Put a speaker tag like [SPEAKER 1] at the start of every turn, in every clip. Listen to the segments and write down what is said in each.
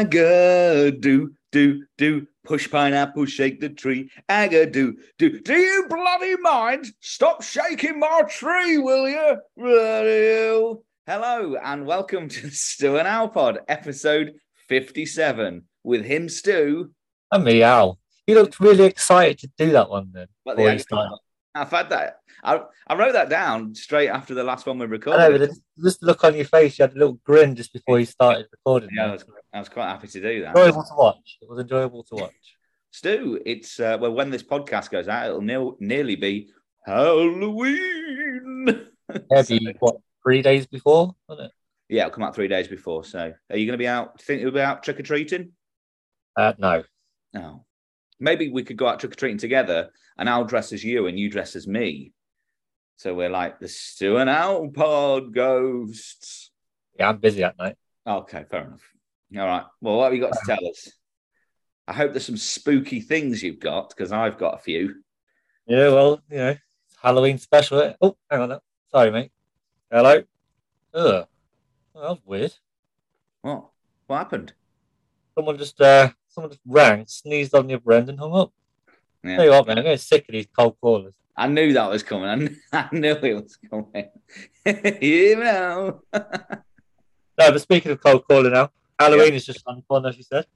[SPEAKER 1] Agadoo, do, do, push pineapple, shake the tree. Agadoo, do. Do you bloody mind? Stop shaking my tree, will you? Bloody hell. Hello, and welcome to Stu and Al Pod, episode 57, with him, Stu.
[SPEAKER 2] And me, Al. You looked really excited to do that one then.
[SPEAKER 1] But
[SPEAKER 2] before
[SPEAKER 1] the
[SPEAKER 2] you started.
[SPEAKER 1] I've had that. I, I wrote that down straight after the last one we
[SPEAKER 2] I know,
[SPEAKER 1] recorded.
[SPEAKER 2] but just- just the look on your face, you had a little grin just before you started recording.
[SPEAKER 1] Yeah,
[SPEAKER 2] there.
[SPEAKER 1] I was, I was quite happy to do that.
[SPEAKER 2] enjoyable to watch. It was enjoyable to watch.
[SPEAKER 1] Stu, it's uh, well when this podcast goes out, it'll ne- nearly be Halloween.
[SPEAKER 2] Maybe, what, three days before, wasn't it?
[SPEAKER 1] yeah, it'll come out three days before. So, are you going to be out? Think you'll be out trick or treating?
[SPEAKER 2] Uh, no.
[SPEAKER 1] No. Maybe we could go out trick or treating together, and I'll dress as you, and you dress as me. So we're like the Stu and Al pod ghosts.
[SPEAKER 2] Yeah, I'm busy at night.
[SPEAKER 1] Okay, fair enough. All right. Well, what have you got to tell us? I hope there's some spooky things you've got because I've got a few.
[SPEAKER 2] Yeah, well, you know, it's Halloween special. eh? Oh, hang on. a- Sorry, mate. Hello. Ugh. Well, that was weird.
[SPEAKER 1] What? What happened?
[SPEAKER 2] Someone just uh, someone just rang, sneezed on your brand and hung up.
[SPEAKER 1] Yeah.
[SPEAKER 2] Tell you what, man, I'm getting sick of these cold callers.
[SPEAKER 1] I knew that was coming. I kn- I knew, it was coming. you know.
[SPEAKER 2] No, but speaking of cold calling now, Halloween is just on the corner, as you said.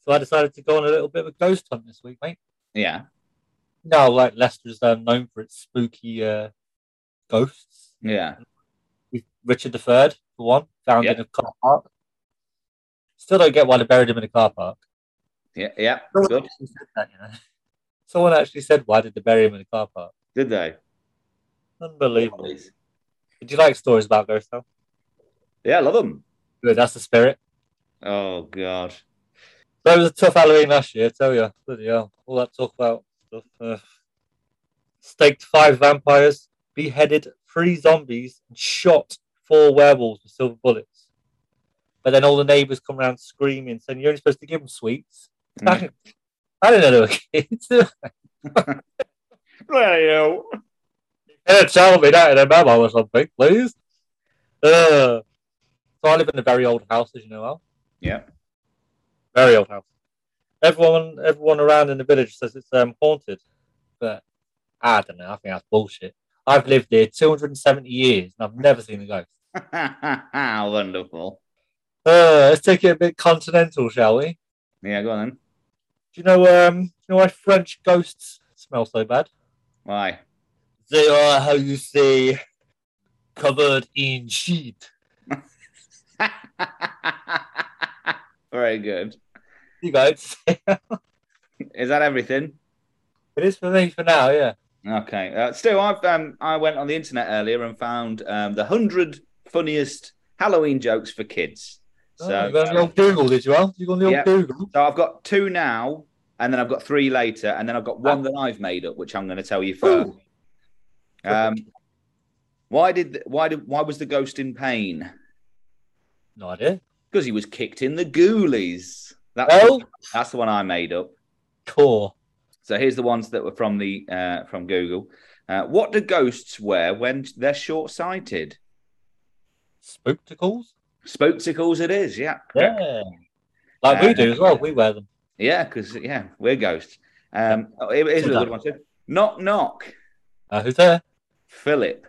[SPEAKER 2] So I decided to go on a little bit of a ghost hunt this week, mate.
[SPEAKER 1] Yeah.
[SPEAKER 2] No, like Leicester's um, known for its spooky uh, ghosts.
[SPEAKER 1] Yeah.
[SPEAKER 2] With Richard III, for one, found in a car park. Still don't get why they buried him in a car park.
[SPEAKER 1] Yeah. Yeah.
[SPEAKER 2] Someone
[SPEAKER 1] Good.
[SPEAKER 2] actually said that, you know. Someone actually said, why did they bury him in a car park?
[SPEAKER 1] Did they?
[SPEAKER 2] Unbelievable. Do you like stories about ghosts, though?
[SPEAKER 1] Yeah, I love them.
[SPEAKER 2] Good, that's the spirit.
[SPEAKER 1] Oh, God.
[SPEAKER 2] So it was a tough Halloween last year, I tell you. Bloody hell. All that talk about stuff. Uh, staked five vampires, beheaded three zombies, and shot four werewolves with silver bullets. But then all the neighbors come around screaming, saying, You're only supposed to give them sweets.
[SPEAKER 1] Mm.
[SPEAKER 2] I don't know, they were kids. They
[SPEAKER 1] Well,
[SPEAKER 2] can't tell me that in a memo or something, please. Uh, so I live in a very old house, as you know, Al.
[SPEAKER 1] Yeah.
[SPEAKER 2] Very old house. Everyone, everyone around in the village says it's um, haunted, but I don't know. I think that's bullshit. I've lived here 270 years and I've never seen a ghost.
[SPEAKER 1] Wonderful.
[SPEAKER 2] Uh, let's take it a bit continental, shall we?
[SPEAKER 1] Yeah, go on then.
[SPEAKER 2] Do you know? Um, do you know why French ghosts smell so bad?
[SPEAKER 1] Why?
[SPEAKER 2] They are how you say covered in sheet.
[SPEAKER 1] Very good.
[SPEAKER 2] You guys, it
[SPEAKER 1] Is that everything?
[SPEAKER 2] is for me for now. Yeah.
[SPEAKER 1] Okay. Uh, Stu, I've um, I went on the internet earlier and found um, the hundred funniest Halloween jokes for kids.
[SPEAKER 2] Oh,
[SPEAKER 1] So,
[SPEAKER 2] you got on the old Google, did you? Al? You got on the old
[SPEAKER 1] Yeah.
[SPEAKER 2] Google?
[SPEAKER 1] so I've got two now, and then I've got three later, and then I've got one that I've made up, which I'm going to tell you first.
[SPEAKER 2] Ooh.
[SPEAKER 1] Um, why did why did why was the ghost in pain?
[SPEAKER 2] No idea.
[SPEAKER 1] Because he was kicked in the ghoulies. That's
[SPEAKER 2] Well,
[SPEAKER 1] that's the one I made up.
[SPEAKER 2] core.
[SPEAKER 1] So here's the ones that were from the uh, from Google. Uh, what do ghosts wear when they're short sighted?
[SPEAKER 2] Spookticles?
[SPEAKER 1] Spokesicles it is, yeah. correct.
[SPEAKER 2] Yeah. Like we do as well. We wear them.
[SPEAKER 1] Yeah, because yeah, we're ghosts. Um oh, here- here's a good one. too. Knock knock.
[SPEAKER 2] Uh, who's there?
[SPEAKER 1] Philip.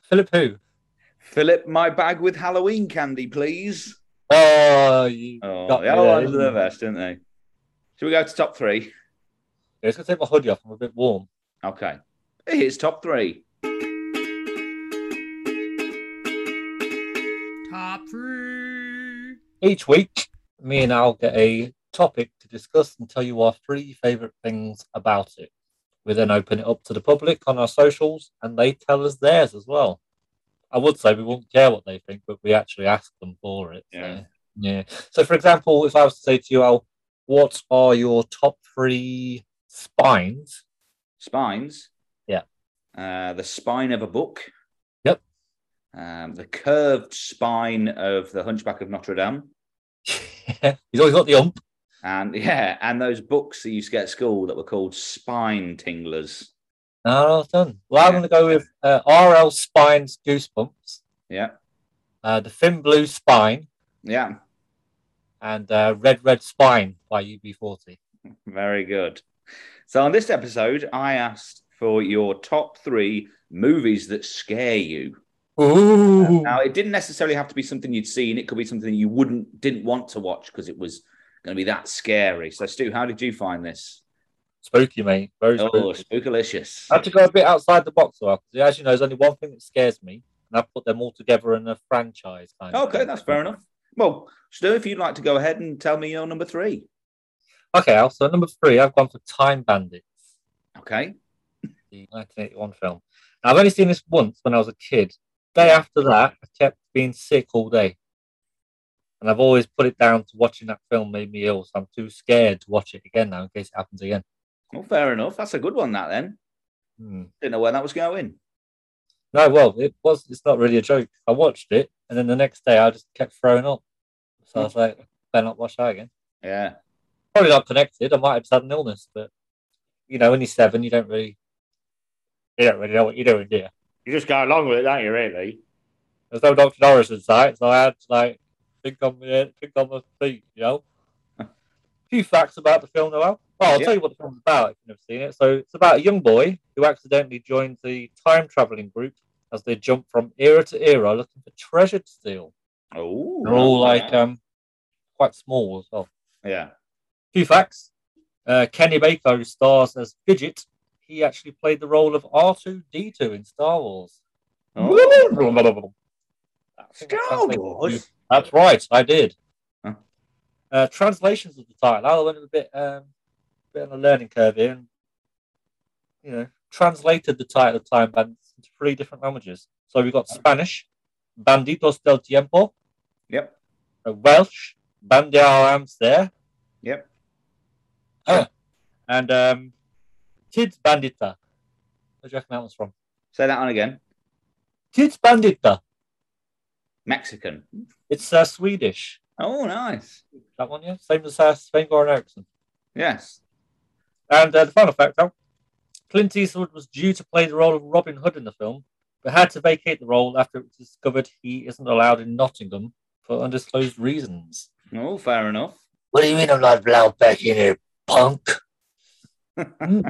[SPEAKER 2] Philip who?
[SPEAKER 1] Philip, my bag with Halloween candy, please.
[SPEAKER 2] Oh, you
[SPEAKER 1] Oh,
[SPEAKER 2] got
[SPEAKER 1] the
[SPEAKER 2] me eh?
[SPEAKER 1] other
[SPEAKER 2] there,
[SPEAKER 1] ones
[SPEAKER 2] didn't
[SPEAKER 1] are the
[SPEAKER 2] you?
[SPEAKER 1] best, aren't they? Should we go to top three?
[SPEAKER 2] Yeah, it's gonna take my hoodie off. I'm a bit warm.
[SPEAKER 1] Okay. Here's top three.
[SPEAKER 3] Top three.
[SPEAKER 2] Each week, me and I'll get a topic to discuss and tell you our three favorite things about it. We then open it up to the public on our socials, and they tell us theirs as well. I would say we won't care what they think, but we actually ask them for it. so,
[SPEAKER 1] Yeah.
[SPEAKER 2] yeah. So, for example, if I was to say to you, Al, what are your top three spines?
[SPEAKER 1] Spines.
[SPEAKER 2] Yeah.
[SPEAKER 1] Uh, the spine of a book.
[SPEAKER 2] Yep.
[SPEAKER 1] Um, the curved spine of the Hunchback of Notre Dame.
[SPEAKER 2] He's always got the ump.
[SPEAKER 1] And yeah, and those books that you used to get at school that were called spine tinglers.
[SPEAKER 2] No, no, it's done. Well, I'm
[SPEAKER 1] Yeah.
[SPEAKER 2] going to go with uh, RL Spine's Goosebumps,
[SPEAKER 1] Yeah.
[SPEAKER 2] uh, the Thin Blue Spine,
[SPEAKER 1] Yeah.
[SPEAKER 2] and uh, Red Red Spine by UB40.
[SPEAKER 1] Very good. So on this episode, I asked for your top three movies that scare you.
[SPEAKER 2] Ooh.
[SPEAKER 1] Now, it didn't necessarily have to be something you'd seen. It could be something you wouldn't didn't want to watch because it was going to be that scary. So, Stu, how did you find this?
[SPEAKER 2] spooky, mate. Very spooky.
[SPEAKER 1] Oh, spookalicious.
[SPEAKER 2] I had to go a bit outside the box a while because, as you know, there's only one thing that scares me, and I put them all together in a franchise kind of.
[SPEAKER 1] Okay,
[SPEAKER 2] thing.
[SPEAKER 1] that's fair enough. Well, Stu, if you'd like to go ahead and tell me your number three.
[SPEAKER 2] Okay, Al, so number three, I've gone for Time Bandits,
[SPEAKER 1] Okay.
[SPEAKER 2] the 1981 film. Now, I've only seen this once when I was a kid. Day after that, I kept being sick all day. And I've always put it down to watching that film made me ill, so I'm too scared to watch it again now in case it happens again.
[SPEAKER 1] Well, fair enough. That's a good one, that then.
[SPEAKER 2] Hmm.
[SPEAKER 1] Didn't know where that was going.
[SPEAKER 2] No, well, it was. It's not really a joke. I watched it, and then the next day I just kept throwing up. So I was like, better not watch that again.
[SPEAKER 1] Yeah.
[SPEAKER 2] Probably not connected. I might have just had an illness, but you know, when you're seven, you don't really, you don't really know what you're doing, do you?
[SPEAKER 1] You just go along with it, don't you, really?
[SPEAKER 2] There's no Doctor Norris in sight, so I had to like think on my think on my feet, you know. a few facts about the film, though. Al. Well, I'll
[SPEAKER 1] Yeah.
[SPEAKER 2] tell you what the film's about if you've never seen it. So it's about a young boy who accidentally joins the time traveling group as they jump from era to era looking for treasure to steal.
[SPEAKER 1] Oh.
[SPEAKER 2] They're all like um, quite small as well.
[SPEAKER 1] yeah.
[SPEAKER 2] Few facts: uh, Kenny Baker, who stars as Fidget, he actually played the role of R two D two in Star Wars.
[SPEAKER 1] Oh.
[SPEAKER 2] Star
[SPEAKER 1] Star Wars.
[SPEAKER 2] That's right, I did.
[SPEAKER 1] Huh.
[SPEAKER 2] Uh, translations of the title. I went a bit, um, bit on a learning curve here, and you know, translated the title of Time Bandits into three different languages. So we've got Spanish, Banditos del Tiempo,
[SPEAKER 1] Yep.
[SPEAKER 2] uh, Welsh, Bandiao Amster.
[SPEAKER 1] Yep.
[SPEAKER 2] Ah, and um, Kids Bandita. Where do you reckon that one's from?
[SPEAKER 1] Say that on again.
[SPEAKER 2] Kids Bandita.
[SPEAKER 1] Mexican.
[SPEAKER 2] It's uh, Swedish.
[SPEAKER 1] Oh, nice.
[SPEAKER 2] That one, yeah? Same as uh, Sven Goran Eriksson.
[SPEAKER 1] Yes.
[SPEAKER 2] And uh, the final fact, though, Clint Eastwood was due to play the role of Robin Hood in the film, but had to vacate the role after it was discovered he isn't allowed in Nottingham for undisclosed reasons.
[SPEAKER 1] Oh, fair enough.
[SPEAKER 2] What do you mean I'm not allowed back in here, punk? Hmm.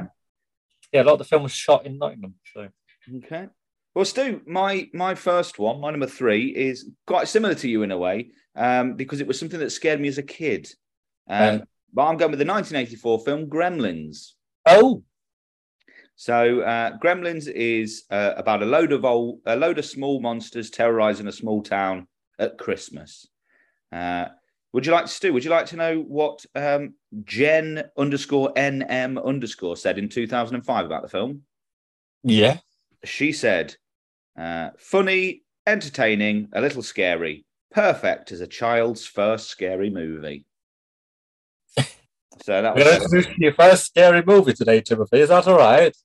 [SPEAKER 2] Yeah, a lot of the film was shot in Nottingham. So.
[SPEAKER 1] Okay. Well, Stu, my my first one, my number three, is quite similar to you in a way, um, because it was something that scared me as a kid. Um, But I'm going with the 1984 film Gremlins.
[SPEAKER 2] Oh,
[SPEAKER 1] So, uh, Gremlins is uh, about a load of old, a load of small monsters terrorizing a small town at Christmas. Uh, would you like Stu? Would you like to know what um, Jen underscore NM underscore said in 2005 about the film?
[SPEAKER 2] yeah.
[SPEAKER 1] she said, uh, funny, entertaining, a little scary, perfect as a child's first scary movie. so that
[SPEAKER 2] We're going to
[SPEAKER 1] was.
[SPEAKER 2] introduce your first scary movie today, Timothy. Is that all right?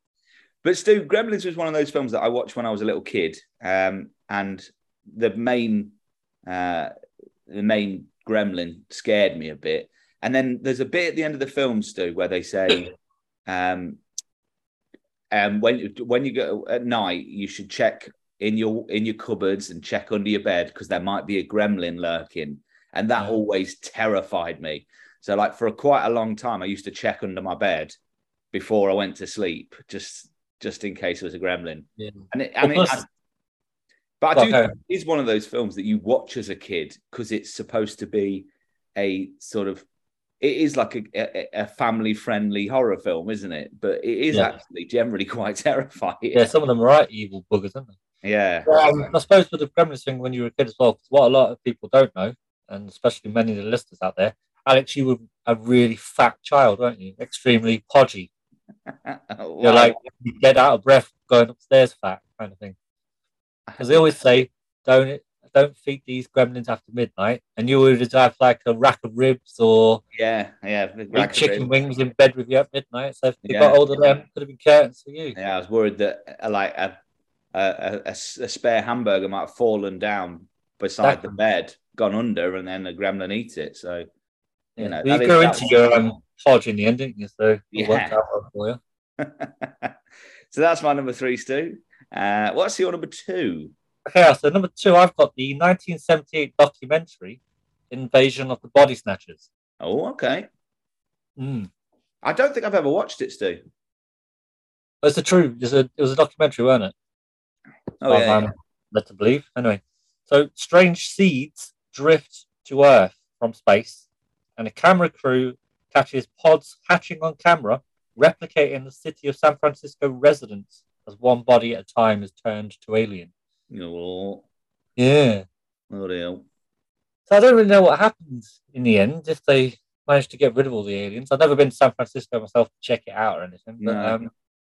[SPEAKER 1] But Stu, Gremlins was one of those films that I watched when I was a little kid, um, and the main, uh, the main Gremlin scared me a bit. And then there's a bit at the end of the film, Stu, where they say, um, um, when when you go at night, you should check in your in your cupboards and check under your bed because there might be a gremlin lurking, and that
[SPEAKER 2] Yeah.
[SPEAKER 1] always terrified me. So, like for a, quite a long time, I used to check under my bed before I went to sleep, just just in case there was a gremlin.
[SPEAKER 2] Yeah.
[SPEAKER 1] And it, and
[SPEAKER 2] Well,
[SPEAKER 1] it,
[SPEAKER 2] plus-
[SPEAKER 1] I- but I do
[SPEAKER 2] Okay.
[SPEAKER 1] think it is one of those films that you watch as a kid because it's supposed to be a sort of it is like a, a, a family friendly horror film, isn't it? But it is
[SPEAKER 2] Yeah.
[SPEAKER 1] actually generally quite terrifying.
[SPEAKER 2] Yeah, some of them are right evil buggers, aren't they?
[SPEAKER 1] Yeah.
[SPEAKER 2] I suppose with the Gremlins thing when you were a kid as well, 'cause what a lot of people don't know, and especially many of the listeners out there, Alex, you were a really fat child, weren't you? Extremely podgy.
[SPEAKER 1] Uh,
[SPEAKER 2] You're
[SPEAKER 1] Wow.
[SPEAKER 2] like you get out of breath going upstairs fat kind of thing. Because they always say, don't don't feed these gremlins after midnight, and you would just have like a rack of ribs or
[SPEAKER 1] yeah, yeah. the
[SPEAKER 2] eat
[SPEAKER 1] rack of
[SPEAKER 2] chicken
[SPEAKER 1] ribs.
[SPEAKER 2] wings in bed with you at midnight. So if you
[SPEAKER 1] Yeah.
[SPEAKER 2] got older, them could have been curtains for you.
[SPEAKER 1] Yeah, I was worried that uh, like a a, a- a s- a spare hamburger might have fallen down beside the
[SPEAKER 2] Exactly.
[SPEAKER 1] bed, gone under, and then a gremlin eats it. So you know,
[SPEAKER 2] But
[SPEAKER 1] that
[SPEAKER 2] you
[SPEAKER 1] is-
[SPEAKER 2] go
[SPEAKER 1] that
[SPEAKER 2] into your um, podge in the end, didn't you? So it worked
[SPEAKER 1] Yeah.
[SPEAKER 2] out well for you.
[SPEAKER 1] so that's my number three, Stu. Uh, what's your number two?
[SPEAKER 2] Okay, so number two, I've got the 1978 documentary Invasion of the Body Snatchers.
[SPEAKER 1] Oh, okay.
[SPEAKER 2] Mm.
[SPEAKER 1] I don't think I've ever watched it, Stu.
[SPEAKER 2] It's a true. It's a, it was a documentary, wasn't it?
[SPEAKER 1] Oh,
[SPEAKER 2] Well,
[SPEAKER 1] yeah,
[SPEAKER 2] I'm led to believe. Anyway, so strange seeds drift to Earth from space, and a camera crew catches pods hatching on camera, replicating the city of San Francisco residents as one body at a time is turned to alien.
[SPEAKER 1] yeah. Oh,
[SPEAKER 2] Yeah.
[SPEAKER 1] bloody hell.
[SPEAKER 2] So I don't really know what happened in the end if they managed to get rid of all the aliens. I've never been to San Francisco myself to check it out or anything, but
[SPEAKER 1] No.
[SPEAKER 2] um,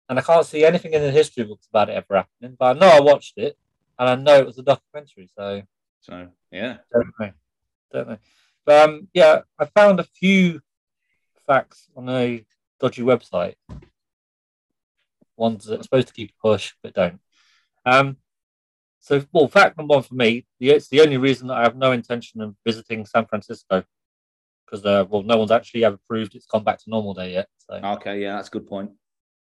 [SPEAKER 2] and I can't see anything in the history books about it ever happening. But I know I watched it, and I know it was a documentary, so
[SPEAKER 1] So, yeah.
[SPEAKER 2] don't know, don't know. But um, yeah, I found a few facts on a dodgy website. Ones that are supposed to keep a hush but don't. Um, so, well, fact number one for me, the, it's the only reason that I have no intention of visiting San Francisco because uh, well, no one's actually ever proved it's gone back to normal there yet. So
[SPEAKER 1] Okay, yeah, that's a good point.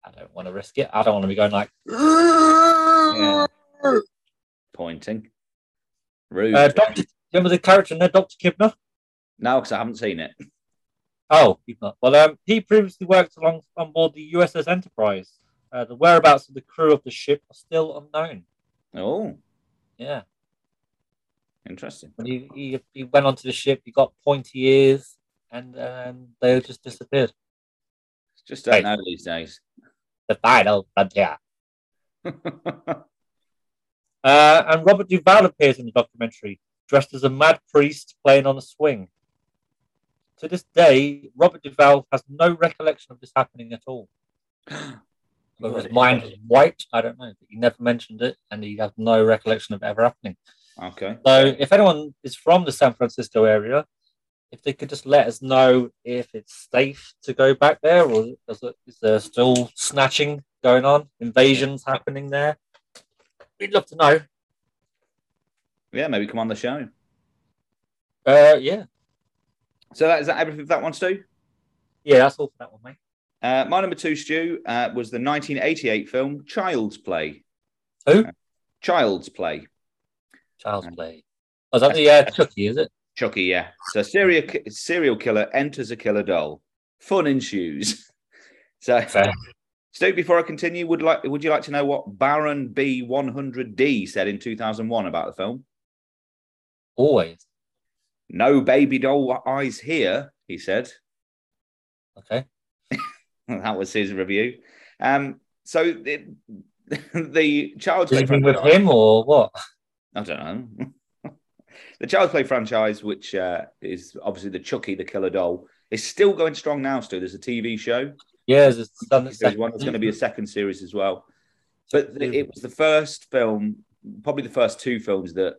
[SPEAKER 2] I don't want to risk it. I don't want to be going like
[SPEAKER 1] Yeah. Pointing. Rude.
[SPEAKER 2] uh, Doctor. Remember the character in there, Doctor Kibner?
[SPEAKER 1] no, because I haven't seen it.
[SPEAKER 2] Oh, he's not. Well, um, he previously worked along on board the USS Enterprise. Uh, the whereabouts of the crew of the ship are still unknown.
[SPEAKER 1] Oh,
[SPEAKER 2] Yeah,
[SPEAKER 1] interesting.
[SPEAKER 2] when he, he, he went onto the ship, he got pointy ears, and um, they just disappeared.
[SPEAKER 1] Just don't
[SPEAKER 2] Hey.
[SPEAKER 1] know these days.
[SPEAKER 2] The final frontier. Uh, and Robert Duvall appears in the documentary, dressed as a mad priest playing on a swing. To this day, Robert Duvall has no recollection of this happening at all. Whether his mind was wiped, I don't know, but he never mentioned it, and he has no recollection of it ever happening.
[SPEAKER 1] okay.
[SPEAKER 2] So if anyone is from the San Francisco area, if they could just let us know if it's safe to go back there or is, it, is there still snatching going on, invasions happening there? We'd love to know.
[SPEAKER 1] Yeah, maybe come on the show.
[SPEAKER 2] Uh, yeah,
[SPEAKER 1] So that is that everything for that one, Stu?
[SPEAKER 2] yeah, that's all for that one, mate.
[SPEAKER 1] Uh, my number two, Stu, uh, was the 1988 film Child's Play.
[SPEAKER 2] Who?
[SPEAKER 1] Uh, Child's Play.
[SPEAKER 2] Child's play. Oh, is that the uh, Chucky? Is it?
[SPEAKER 1] Chucky, yeah. So serial ki- serial killer enters a killer doll. Fun ensues. So,
[SPEAKER 2] Fair.
[SPEAKER 1] Stu, before I continue, would like would you like to know what Baron B 100D said in 2001 about the film?
[SPEAKER 2] Always.
[SPEAKER 1] No baby doll eyes here, he said.
[SPEAKER 2] Okay.
[SPEAKER 1] that was his review. Um, so it, the child's
[SPEAKER 2] Is
[SPEAKER 1] play
[SPEAKER 2] it been with
[SPEAKER 1] franchise-
[SPEAKER 2] him or what?
[SPEAKER 1] I don't know. the child's play franchise, which uh, is obviously the Chucky, the killer doll, is still going strong now. Still, there's a TV show.
[SPEAKER 2] Yeah, it's done
[SPEAKER 1] There's one. There's going to be a second series as well. But th- it was the first film, probably the first two films that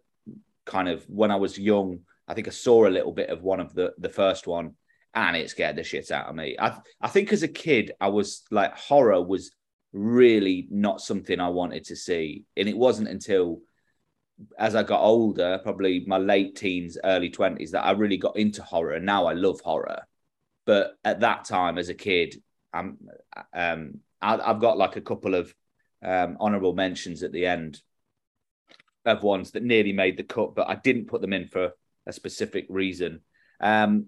[SPEAKER 1] kind of when I was young, I think I saw a little bit of one of the the first one, and it scared the shit out of me. I I think as a kid, I was like horror was really not something I wanted to see, and it wasn't until as I got older, probably my late teens, early twenties, that I really got into horror, and now I love horror. But at that time, as a kid, I'm um, I, I've got like a couple of um, honorable mentions at the end of ones that nearly made the cut, but I didn't put them in for a specific reason. Um,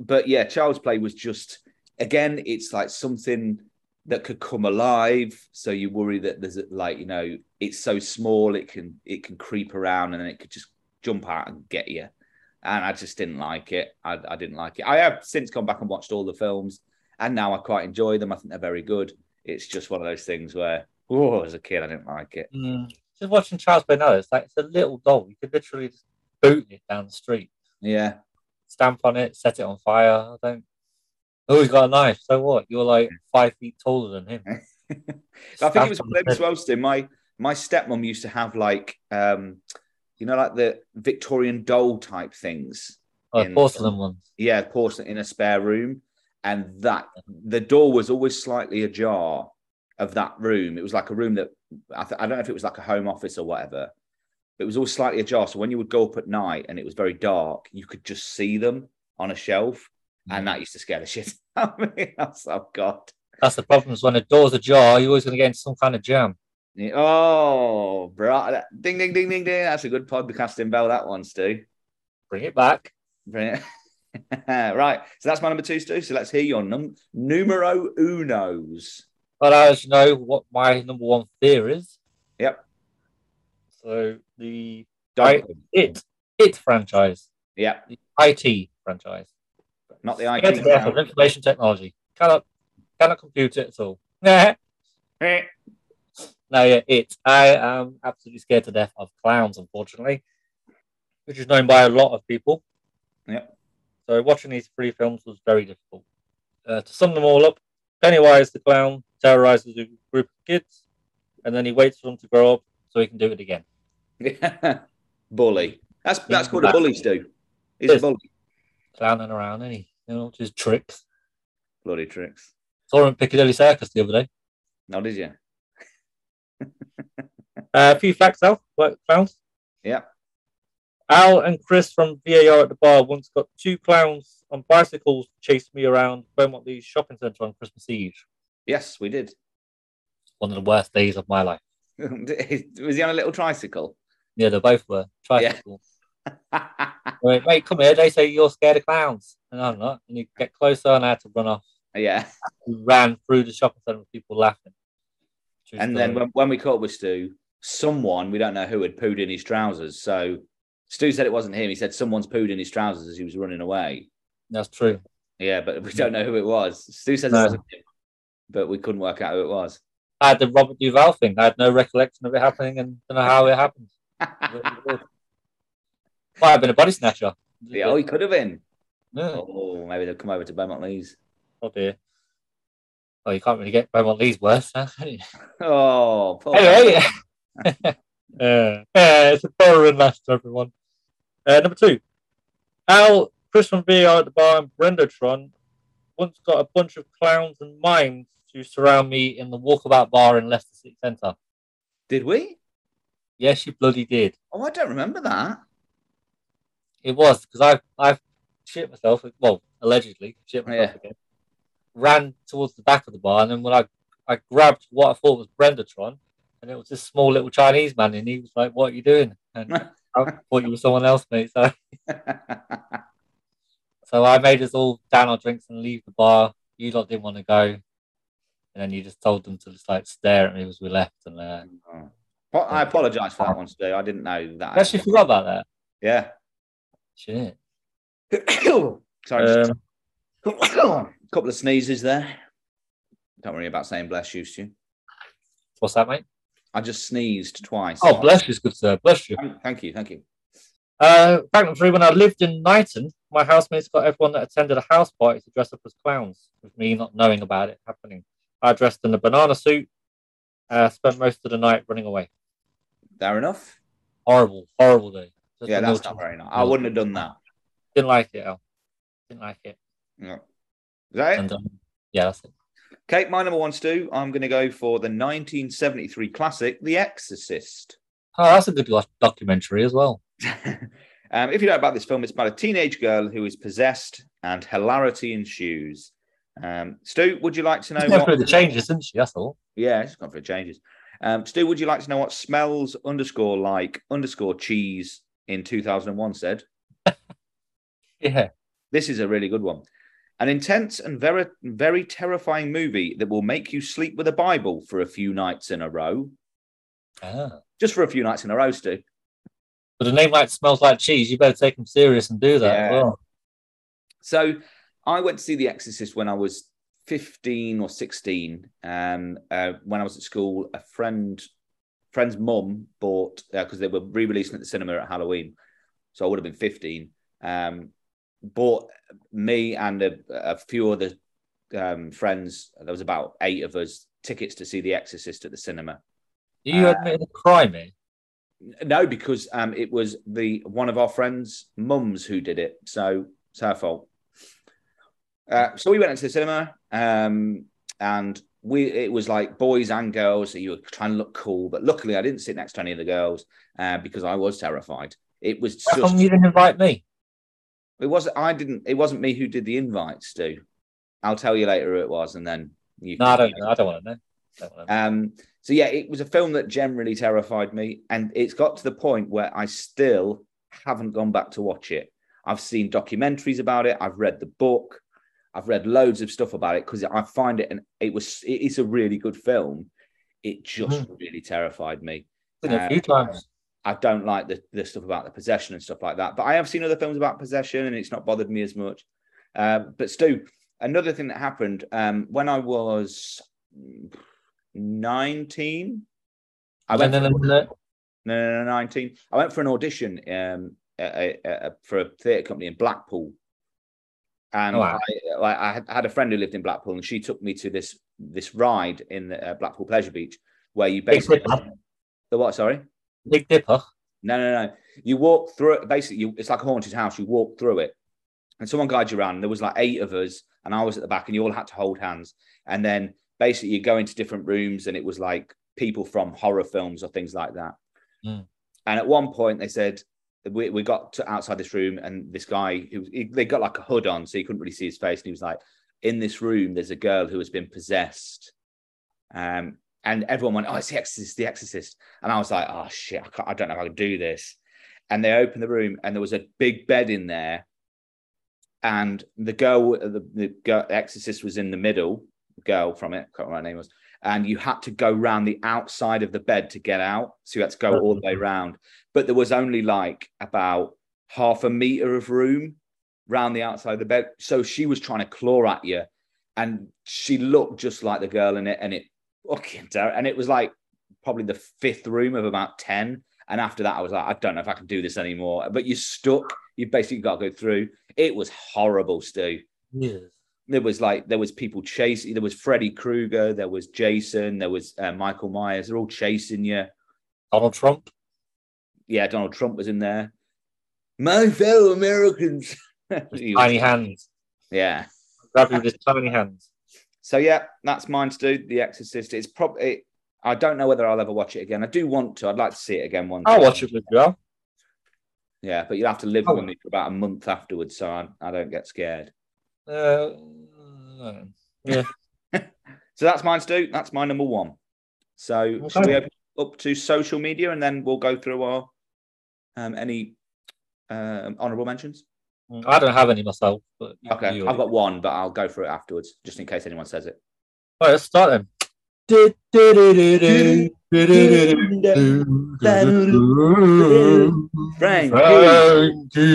[SPEAKER 1] but yeah, Child's Play was just again, it's like something that could come alive. So you worry that there's a- like you know it's so small it can it can creep around and then it could just jump out and get you. And I just didn't like it. I, I didn't like it. I have since gone back and watched all the films, and now I quite enjoy them. I think they're very good. It's just one of those things where, oh, as a kid, I didn't like it.
[SPEAKER 2] Mm. Just watching Child's play now, it's like it's a little doll. You could literally just boot it down the street.
[SPEAKER 1] Yeah,
[SPEAKER 2] stamp on it, set it on fire. I don't. Oh, he's got a knife. So what? You're like five feet taller than him.
[SPEAKER 1] I think
[SPEAKER 2] Stamp
[SPEAKER 1] it was
[SPEAKER 2] on
[SPEAKER 1] with them as
[SPEAKER 2] the-
[SPEAKER 1] well. Stu. My my stepmom used to have like, um, you know, like the Victorian doll type things.
[SPEAKER 2] oh,
[SPEAKER 1] in-
[SPEAKER 2] porcelain ones.
[SPEAKER 1] yeah, of course, in a spare room, and that the door was always slightly ajar of that room. It was like a room that I, th- I don't know if it was like a home office or whatever. It was always slightly ajar, so when you would go up at night and it was very dark, you could just see them on a shelf,
[SPEAKER 2] Mm.
[SPEAKER 1] and that used to scare the shit out of me. I was like, oh god,
[SPEAKER 2] That's the problem. Is when a door's ajar, you're always going to get into some kind of jam.
[SPEAKER 1] Yeah, oh, bro, that- ding, ding, ding, ding, ding. That's a good podcasting bell. That one, Stu.
[SPEAKER 2] Bring it back.
[SPEAKER 1] Brilliant. right. So that's my number two, Stu. So let's hear your num- numero unos.
[SPEAKER 2] But as you know, what my number one fear is.
[SPEAKER 1] Yep.
[SPEAKER 2] So the
[SPEAKER 1] Don't-
[SPEAKER 2] it it franchise,
[SPEAKER 1] Yeah.
[SPEAKER 2] the IT franchise,
[SPEAKER 1] Not the
[SPEAKER 2] Scared to
[SPEAKER 1] IT.
[SPEAKER 2] death of information technology. Cannot cannot compute it at all. Nah.
[SPEAKER 1] Eh.
[SPEAKER 2] No, yeah, it. I am absolutely scared to death of clowns, unfortunately, which is known by a lot of people.
[SPEAKER 1] Yep.
[SPEAKER 2] So watching these three films was very difficult. Uh, to sum them all up, Pennywise the clown terrorizes a group of kids, and then he waits for them to grow up so he can do it again.
[SPEAKER 1] bully. That's that's
[SPEAKER 2] Yeah.
[SPEAKER 1] called a bully, Stu. He's a
[SPEAKER 2] Yes.
[SPEAKER 1] bully.
[SPEAKER 2] Clowning around, is he? You know, just tricks.
[SPEAKER 1] Bloody tricks.
[SPEAKER 2] Saw him at Piccadilly Circus the other day.
[SPEAKER 1] Now, did you?
[SPEAKER 2] Uh, a few facts out, like clowns.
[SPEAKER 1] Yeah.
[SPEAKER 2] Al and Chris from VAR at the bar once got two clowns on bicycles to chase me around Beaumont Lee's shopping centre on Christmas Eve.
[SPEAKER 1] Yes, we did.
[SPEAKER 2] One of the worst days of my life.
[SPEAKER 1] Was he on a little tricycle?
[SPEAKER 2] Yeah, they both were. Tricycle.
[SPEAKER 1] yeah.
[SPEAKER 2] I went, mate, come here. They say you're scared of clowns. And I'm not. And you get closer and I had to run off. We ran through the shopping centre with people laughing. True
[SPEAKER 1] And then
[SPEAKER 2] story.
[SPEAKER 1] when, when we caught up with Stu, someone, we don't know who, had pooed in his trousers. So Stu said it wasn't him. He said someone's pooed in his trousers as he was running away.
[SPEAKER 2] That's true.
[SPEAKER 1] Yeah, but we don't know who it was. Stu says
[SPEAKER 2] No.
[SPEAKER 1] it wasn't him, but we couldn't work out who it was.
[SPEAKER 2] I had the Robert Duval thing. I had no recollection of it happening and don't know how it happened. Might have been a body snatcher.
[SPEAKER 1] yeah, oh, he could have been.
[SPEAKER 2] Yeah.
[SPEAKER 1] Oh, maybe they'll come over to Beaumont Lee's.
[SPEAKER 2] Oh dear. Oh, you can't really get Beaumont Lee's worse. Huh? can you?
[SPEAKER 1] Oh, poor
[SPEAKER 2] Anyway, yeah. yeah, it's a boring last to everyone. Uh, number two, Al, Chris from VR at the bar, and Brendotron once got a bunch of clowns and mimes to surround me in the walkabout bar in Leicester City Centre.
[SPEAKER 1] Did we?
[SPEAKER 2] Yes, you bloody did.
[SPEAKER 1] Oh, I don't remember that.
[SPEAKER 2] It was because I've I've shit myself. Well, allegedly shit myself
[SPEAKER 1] Yeah.
[SPEAKER 2] again. Ran towards the back of the bar, and then when I I grabbed what I thought was Brendatron, and it was this small little Chinese man, and he was like, "What are you doing?" And I thought you were someone else, mate. So so I made us all down our drinks and leave the bar. You lot didn't want to go, and then you just told them to just like stare at me as we left, and uh,
[SPEAKER 1] Oh. Po- I apologise for that one, Stu. I didn't know
[SPEAKER 2] I
[SPEAKER 1] that.
[SPEAKER 2] actually forgot about that.
[SPEAKER 1] Yeah.
[SPEAKER 2] Shit.
[SPEAKER 1] Sorry, just
[SPEAKER 2] Um,
[SPEAKER 1] a couple of sneezes there. Don't worry about saying bless you, Stu.
[SPEAKER 2] what's that, mate?
[SPEAKER 1] I just sneezed twice.
[SPEAKER 2] Oh, bless you, good sir. Bless you.
[SPEAKER 1] Thank- Thank you, thank you.
[SPEAKER 2] Uh, back number three, when I lived in Knighton, my housemates got everyone that attended a house party to dress up as clowns, with me not knowing about it happening. I dressed in a banana suit, uh, spent most of the night running away.
[SPEAKER 1] Fair enough.
[SPEAKER 2] Horrible, horrible day. Just
[SPEAKER 1] yeah,
[SPEAKER 2] a
[SPEAKER 1] that's
[SPEAKER 2] real
[SPEAKER 1] not
[SPEAKER 2] chore.
[SPEAKER 1] very nice. I wouldn't have done that.
[SPEAKER 2] Didn't like it, Al. Didn't like it.
[SPEAKER 1] No. Is that it?
[SPEAKER 2] And, uh, um, yeah, that's it.
[SPEAKER 1] Kate, my number one, Stu. I'm going to go for the 1973 classic, The Exorcist.
[SPEAKER 2] Oh, that's a good lo- documentary as well.
[SPEAKER 1] um, if you know about this film, it's about a teenage girl who is possessed and hilarity ensues. Um, Stu, would you like to know
[SPEAKER 2] She's gone
[SPEAKER 1] what?
[SPEAKER 2] through the changes, didn't she? That's all.
[SPEAKER 1] Yeah, it's gone for changes. Um, Stu, would you like to know what smells underscore like underscore cheese in 2001 said?
[SPEAKER 2] Yeah.
[SPEAKER 1] This is a really good one. An intense and very, very terrifying movie that will make you sleep with a Bible for a few nights in a row.
[SPEAKER 2] Ah.
[SPEAKER 1] Just for a few nights in a row, Stu.
[SPEAKER 2] But the name like smells like cheese. You better take them serious and do that.
[SPEAKER 1] Yeah.
[SPEAKER 2] as well.
[SPEAKER 1] So I went to see The Exorcist when I was 15 or 16. Um, uh, when I was at school, a friend, friend's mum bought because they were re-releasing at the cinema at Halloween, so I would have been 15. Um, bought me and a, a few other um, friends. There was about eight of us tickets to see The Exorcist at the cinema.
[SPEAKER 2] Are you
[SPEAKER 1] Uh,
[SPEAKER 2] admitting a crime eh? here?
[SPEAKER 1] No, because um, it was the one of our friends' mums who did it, so it's her fault. Uh, so we went into the cinema, um, and we it was like boys and girls. So you were trying to look cool, but luckily I didn't sit next to any of the girls uh, because I was terrified. It was
[SPEAKER 2] How come
[SPEAKER 1] just
[SPEAKER 2] you didn't invite me?
[SPEAKER 1] it was I didn't it wasn't me who did the invites, Stu. I'll tell you later who it was, and then you.
[SPEAKER 2] No, I don't. know. I don't want to know. Don't wanna know.
[SPEAKER 1] Um, so yeah, it was a film that generally terrified me, and it's got to the point where I still haven't gone back to watch it. I've seen documentaries about it. I've read the book. I've read loads of stuff about it because I find it and it was it is a really good film. It just really terrified me.
[SPEAKER 2] Seen it a few
[SPEAKER 1] Uh,
[SPEAKER 2] times.
[SPEAKER 1] I don't like the, the stuff about the possession and stuff like that. But I have seen other films about possession and it's not bothered me as much. Um, but Stu, another thing that happened um, when I was 19, I
[SPEAKER 2] And
[SPEAKER 1] went,
[SPEAKER 2] then
[SPEAKER 1] for,
[SPEAKER 2] no,
[SPEAKER 1] no, no, no, 19. I went for an audition um, uh, uh, uh, for a theatre company in Blackpool. And
[SPEAKER 2] Oh, wow.
[SPEAKER 1] I, like, I had- I had a friend who lived in Blackpool and she took me to this this ride in the, uh, Blackpool Pleasure Beach where you
[SPEAKER 2] Big
[SPEAKER 1] basically.
[SPEAKER 2] Dipper.
[SPEAKER 1] The what, sorry?
[SPEAKER 2] Big Dipper.
[SPEAKER 1] No, no, no. You walk through it. Basically, you, it's like a haunted house. You walk through it, and someone guides you around. And there was like eight of us, and I was at the back, and you all had to hold hands. And then basically, you go into different rooms, and it was like people from horror films or things like that.
[SPEAKER 2] Mm.
[SPEAKER 1] And at one point, they said we, we got to outside this room, and this guy who he, they got like a hood on, so you couldn't really see his face, and he was like, "In this room, there's a girl who has been possessed." Um, and everyone went, "Oh, it's the Exorcist, the Exorcist." And I was like, oh shit, I, can't, I don't know if I can do this. And they opened the room and there was a big bed in there. And the girl, the, the girl, the exorcist was in the middle, the girl from it, can't remember her name was. And you had to go round the outside of the bed to get out. So you had to go all the way round. But there was only like about half a meter of room round the outside of the bed. So she was trying to claw at you. And she looked just like the girl in it. And it fucking ter- And it was like, probably the fifth room of about 10. And after that, I was like, I don't know if I can do this anymore. But you're stuck. You basically got to go through. It was horrible, Stu.
[SPEAKER 2] Jesus.
[SPEAKER 1] There was like, there was people chasing. There was Freddy Krueger. There was Jason. There was uh, Michael Myers. They're all chasing you.
[SPEAKER 2] Donald Trump.
[SPEAKER 1] Yeah, Donald Trump was in there. My fellow Americans. He was-
[SPEAKER 2] Tiny hands.
[SPEAKER 1] yeah.
[SPEAKER 2] Grab you with his tiny hands.
[SPEAKER 1] So yeah, that's mine to do. The Exorcist. It's probably. I don't know whether I'll ever watch it again. I do want to. I'd like to see it again one
[SPEAKER 2] I'll
[SPEAKER 1] day.
[SPEAKER 2] watch it with you. Al.
[SPEAKER 1] Yeah, but you'll have to live
[SPEAKER 2] Oh.
[SPEAKER 1] with me for about a month afterwards, so I, I don't get scared.
[SPEAKER 2] Uh,
[SPEAKER 1] So that's mine, Stu. That's my number one. So should
[SPEAKER 2] Okay.
[SPEAKER 1] we open up to social media and then we'll go through our um, any um, honourable mentions?
[SPEAKER 2] I don't have any myself. But you-
[SPEAKER 1] Okay,
[SPEAKER 2] you-
[SPEAKER 1] I've got one, but I'll go through it afterwards, just in case anyone says it.
[SPEAKER 2] All right, let's start then. Frankie.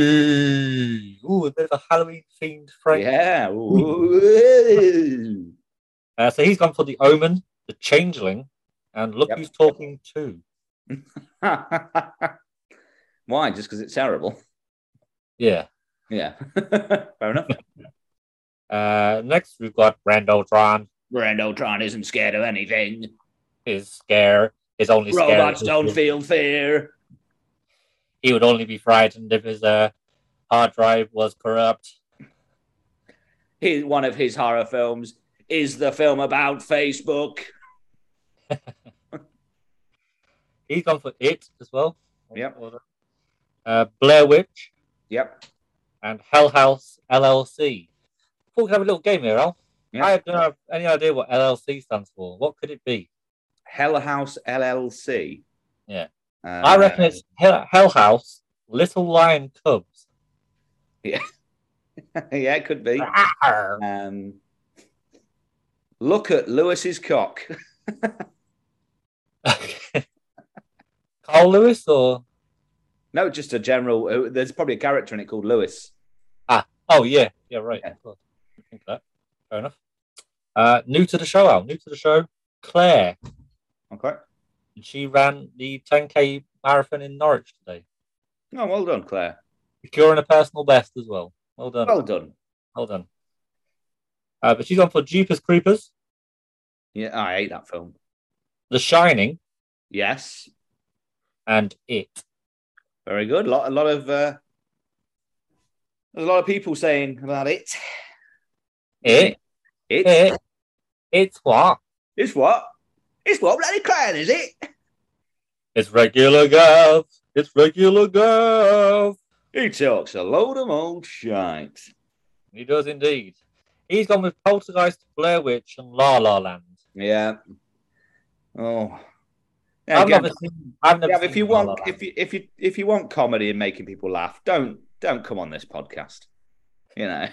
[SPEAKER 2] Ooh, a bit of a Halloween themed Frankie.
[SPEAKER 1] Yeah. Ooh.
[SPEAKER 2] Uh, so he's gone for the Omen, the Changeling, and look
[SPEAKER 1] Yep.
[SPEAKER 2] who's talking to.
[SPEAKER 1] Why? Just because it's terrible.
[SPEAKER 2] Yeah.
[SPEAKER 1] Yeah. Fair enough.
[SPEAKER 2] Uh, next we've got Randoltron.
[SPEAKER 1] Brandotron isn't scared of anything.
[SPEAKER 2] His scare is only
[SPEAKER 1] Robots
[SPEAKER 2] scare.
[SPEAKER 1] don't feel fear.
[SPEAKER 2] He would only be frightened if his uh, hard drive was corrupt.
[SPEAKER 1] He, one of his horror films is the film about Facebook.
[SPEAKER 2] He's gone for it as well.
[SPEAKER 1] Yep.
[SPEAKER 2] Uh, Blair Witch
[SPEAKER 1] Yep.
[SPEAKER 2] and Hell House LLC. Thought we'd have a little game here, Al.
[SPEAKER 1] Yeah.
[SPEAKER 2] I don't have any idea what LLC stands for. What could it be?
[SPEAKER 1] Hell House LLC.
[SPEAKER 2] Yeah.
[SPEAKER 1] Uh,
[SPEAKER 2] I reckon it's Hell, Hell House Little Lion Cubs.
[SPEAKER 1] yeah, it could be.
[SPEAKER 2] Arr!
[SPEAKER 1] Um, look at Lewis's cock.
[SPEAKER 2] Carl Lewis or
[SPEAKER 1] No, just a general. uh, There's probably a character in it called Lewis.
[SPEAKER 2] oh yeah yeah right
[SPEAKER 1] Yeah.
[SPEAKER 2] of course. I think that fair enough. Uh, new to the show, Al. New to the show, Claire.
[SPEAKER 1] Okay.
[SPEAKER 2] And she ran the 10k marathon in Norwich today,
[SPEAKER 1] Oh, well done, Claire.
[SPEAKER 2] securing a personal best as well. Well done,
[SPEAKER 1] Well done.
[SPEAKER 2] well done. Uh, but she's on for Jeepers Creepers,
[SPEAKER 1] Yeah, I hate that film.
[SPEAKER 2] The Shining,
[SPEAKER 1] Yes.
[SPEAKER 2] and It.
[SPEAKER 1] Very good. A lot, a lot of uh, there's a lot of people saying about it.
[SPEAKER 2] It,
[SPEAKER 1] It is
[SPEAKER 2] it, it's what?
[SPEAKER 1] what? It's what bloody crying, is it?
[SPEAKER 2] It's regular girls. It's regular girls.
[SPEAKER 1] He talks a load of old shite.
[SPEAKER 2] He does indeed. He's gone with Poltergeist, Blair Witch, and La La Land.
[SPEAKER 1] Yeah. Oh.
[SPEAKER 2] I've
[SPEAKER 1] Again,
[SPEAKER 2] never seen. I've never
[SPEAKER 1] yeah,
[SPEAKER 2] seen
[SPEAKER 1] if you
[SPEAKER 2] La La
[SPEAKER 1] want
[SPEAKER 2] Land.
[SPEAKER 1] if you if you if you want comedy and making people laugh, don't don't come on this podcast. You know,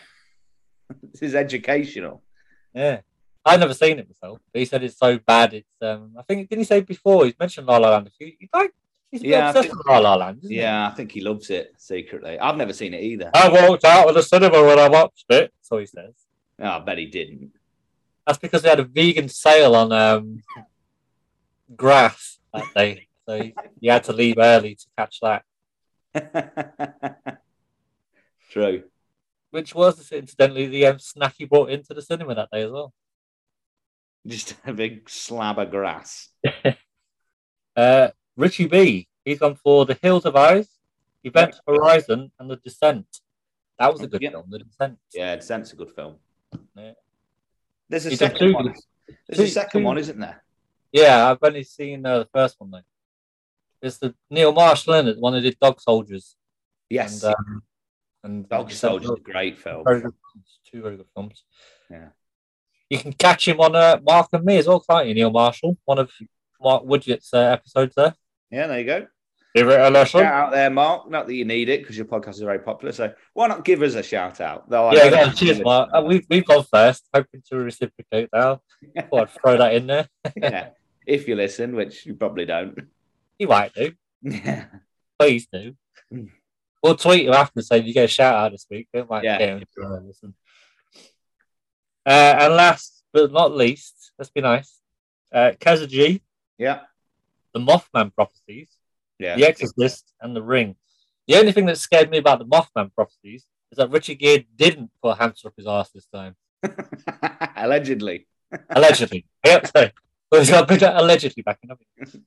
[SPEAKER 1] this is educational.
[SPEAKER 2] Yeah. I've never seen it myself, but he said it's so bad. It's um, I think didn't he say before he's mentioned La La Land? He, he like he's been
[SPEAKER 1] Yeah, I
[SPEAKER 2] obsessed
[SPEAKER 1] think-
[SPEAKER 2] with La La Land. isn't Oh. he?
[SPEAKER 1] Yeah, I think he loves it secretly. I've never seen it either.
[SPEAKER 2] I walked out of the cinema when I watched it. So he says
[SPEAKER 1] No, Oh, I bet he didn't.
[SPEAKER 2] that's because they had a vegan sale on um, grass that day, so he, he had to leave early to catch that,
[SPEAKER 1] True.
[SPEAKER 2] which was incidentally the um, snack he brought into the cinema that day as well.
[SPEAKER 1] Just a big slab of grass.
[SPEAKER 2] Uh, Richie B, he's gone for The Hills of Eyes, Event Horizon, and The Descent. That was a good
[SPEAKER 1] Yeah.
[SPEAKER 2] film, The Descent.
[SPEAKER 1] Yeah, Descent's a good film.
[SPEAKER 2] Yeah.
[SPEAKER 1] There's a
[SPEAKER 2] It's a
[SPEAKER 1] second
[SPEAKER 2] two-
[SPEAKER 1] one. There's a
[SPEAKER 2] two-
[SPEAKER 1] second
[SPEAKER 2] two-
[SPEAKER 1] one, isn't there?
[SPEAKER 2] Yeah, I've only seen uh, the first one though. It's the Neil Marshall in it, the one that did Dog Soldiers.
[SPEAKER 1] Yes.
[SPEAKER 2] And, um, and
[SPEAKER 1] Dog Soldier is a great film.
[SPEAKER 2] Very good films, Two very good films.
[SPEAKER 1] Yeah.
[SPEAKER 2] You can catch him on uh, Mark and Me as well, can't you, Neil Marshall? One of Mark Woodgett's uh, episodes there.
[SPEAKER 1] Yeah, there you go.
[SPEAKER 2] Give it a lesson.
[SPEAKER 1] Shout out there, Mark. Not that you need it because your podcast is very popular. So why not give us a shout out? Though I
[SPEAKER 2] Yeah,
[SPEAKER 1] know
[SPEAKER 2] go on,
[SPEAKER 1] you
[SPEAKER 2] cheers,
[SPEAKER 1] do.
[SPEAKER 2] Mark. Uh, we've, we've gone first, hoping to reciprocate now. Thought I'd throw that in there.
[SPEAKER 1] yeah. If you listen, which you probably don't.
[SPEAKER 2] You might do.
[SPEAKER 1] Yeah.
[SPEAKER 2] Please do.
[SPEAKER 1] Mm.
[SPEAKER 2] We'll tweet you after saying you get a shout out this week. Don't mind
[SPEAKER 1] Yeah.
[SPEAKER 2] getting to, uh, listen. Uh, and last but not least, let's be nice. Uh, Keza G,
[SPEAKER 1] Yeah.
[SPEAKER 2] The Mothman Prophecies,
[SPEAKER 1] Yeah.
[SPEAKER 2] The Exorcist, and The Ring. The only thing that scared me about The Mothman Prophecies is that Richard Gere didn't put a hamster up his ass this time.
[SPEAKER 1] Allegedly.
[SPEAKER 2] Allegedly. yep, sorry. Well, he's got to put that allegedly back in. haven't he?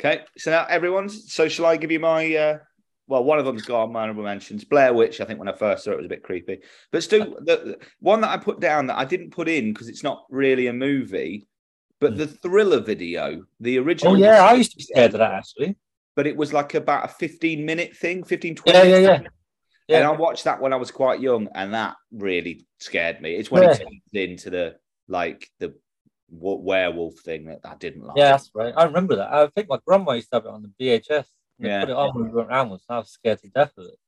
[SPEAKER 1] Okay. So now everyone's. So shall I give you my? Uh, well, one of them's got my honorable mentions. Blair Witch. I think when I first saw it, it was a bit creepy. But still,
[SPEAKER 2] Uh,
[SPEAKER 1] the, the one that I put down that I didn't put in because it's not really a movie, but the thriller video, the original.
[SPEAKER 2] Hmm. Oh, yeah, I used to be scared of that, actually.
[SPEAKER 1] But it was like about a 15 minute thing, 15, 20
[SPEAKER 2] Yeah, yeah, yeah.
[SPEAKER 1] And I
[SPEAKER 2] Yeah,
[SPEAKER 1] watched that when I was quite young, and that really scared me. It's when it
[SPEAKER 2] Yeah.
[SPEAKER 1] turns into the like the w- werewolf thing that I didn't like.
[SPEAKER 2] yeah, that's right. I remember that. I think my grandma used to have it on the VHS. They
[SPEAKER 1] Yeah.
[SPEAKER 2] put it on when we went round once, and I was scared to death of it.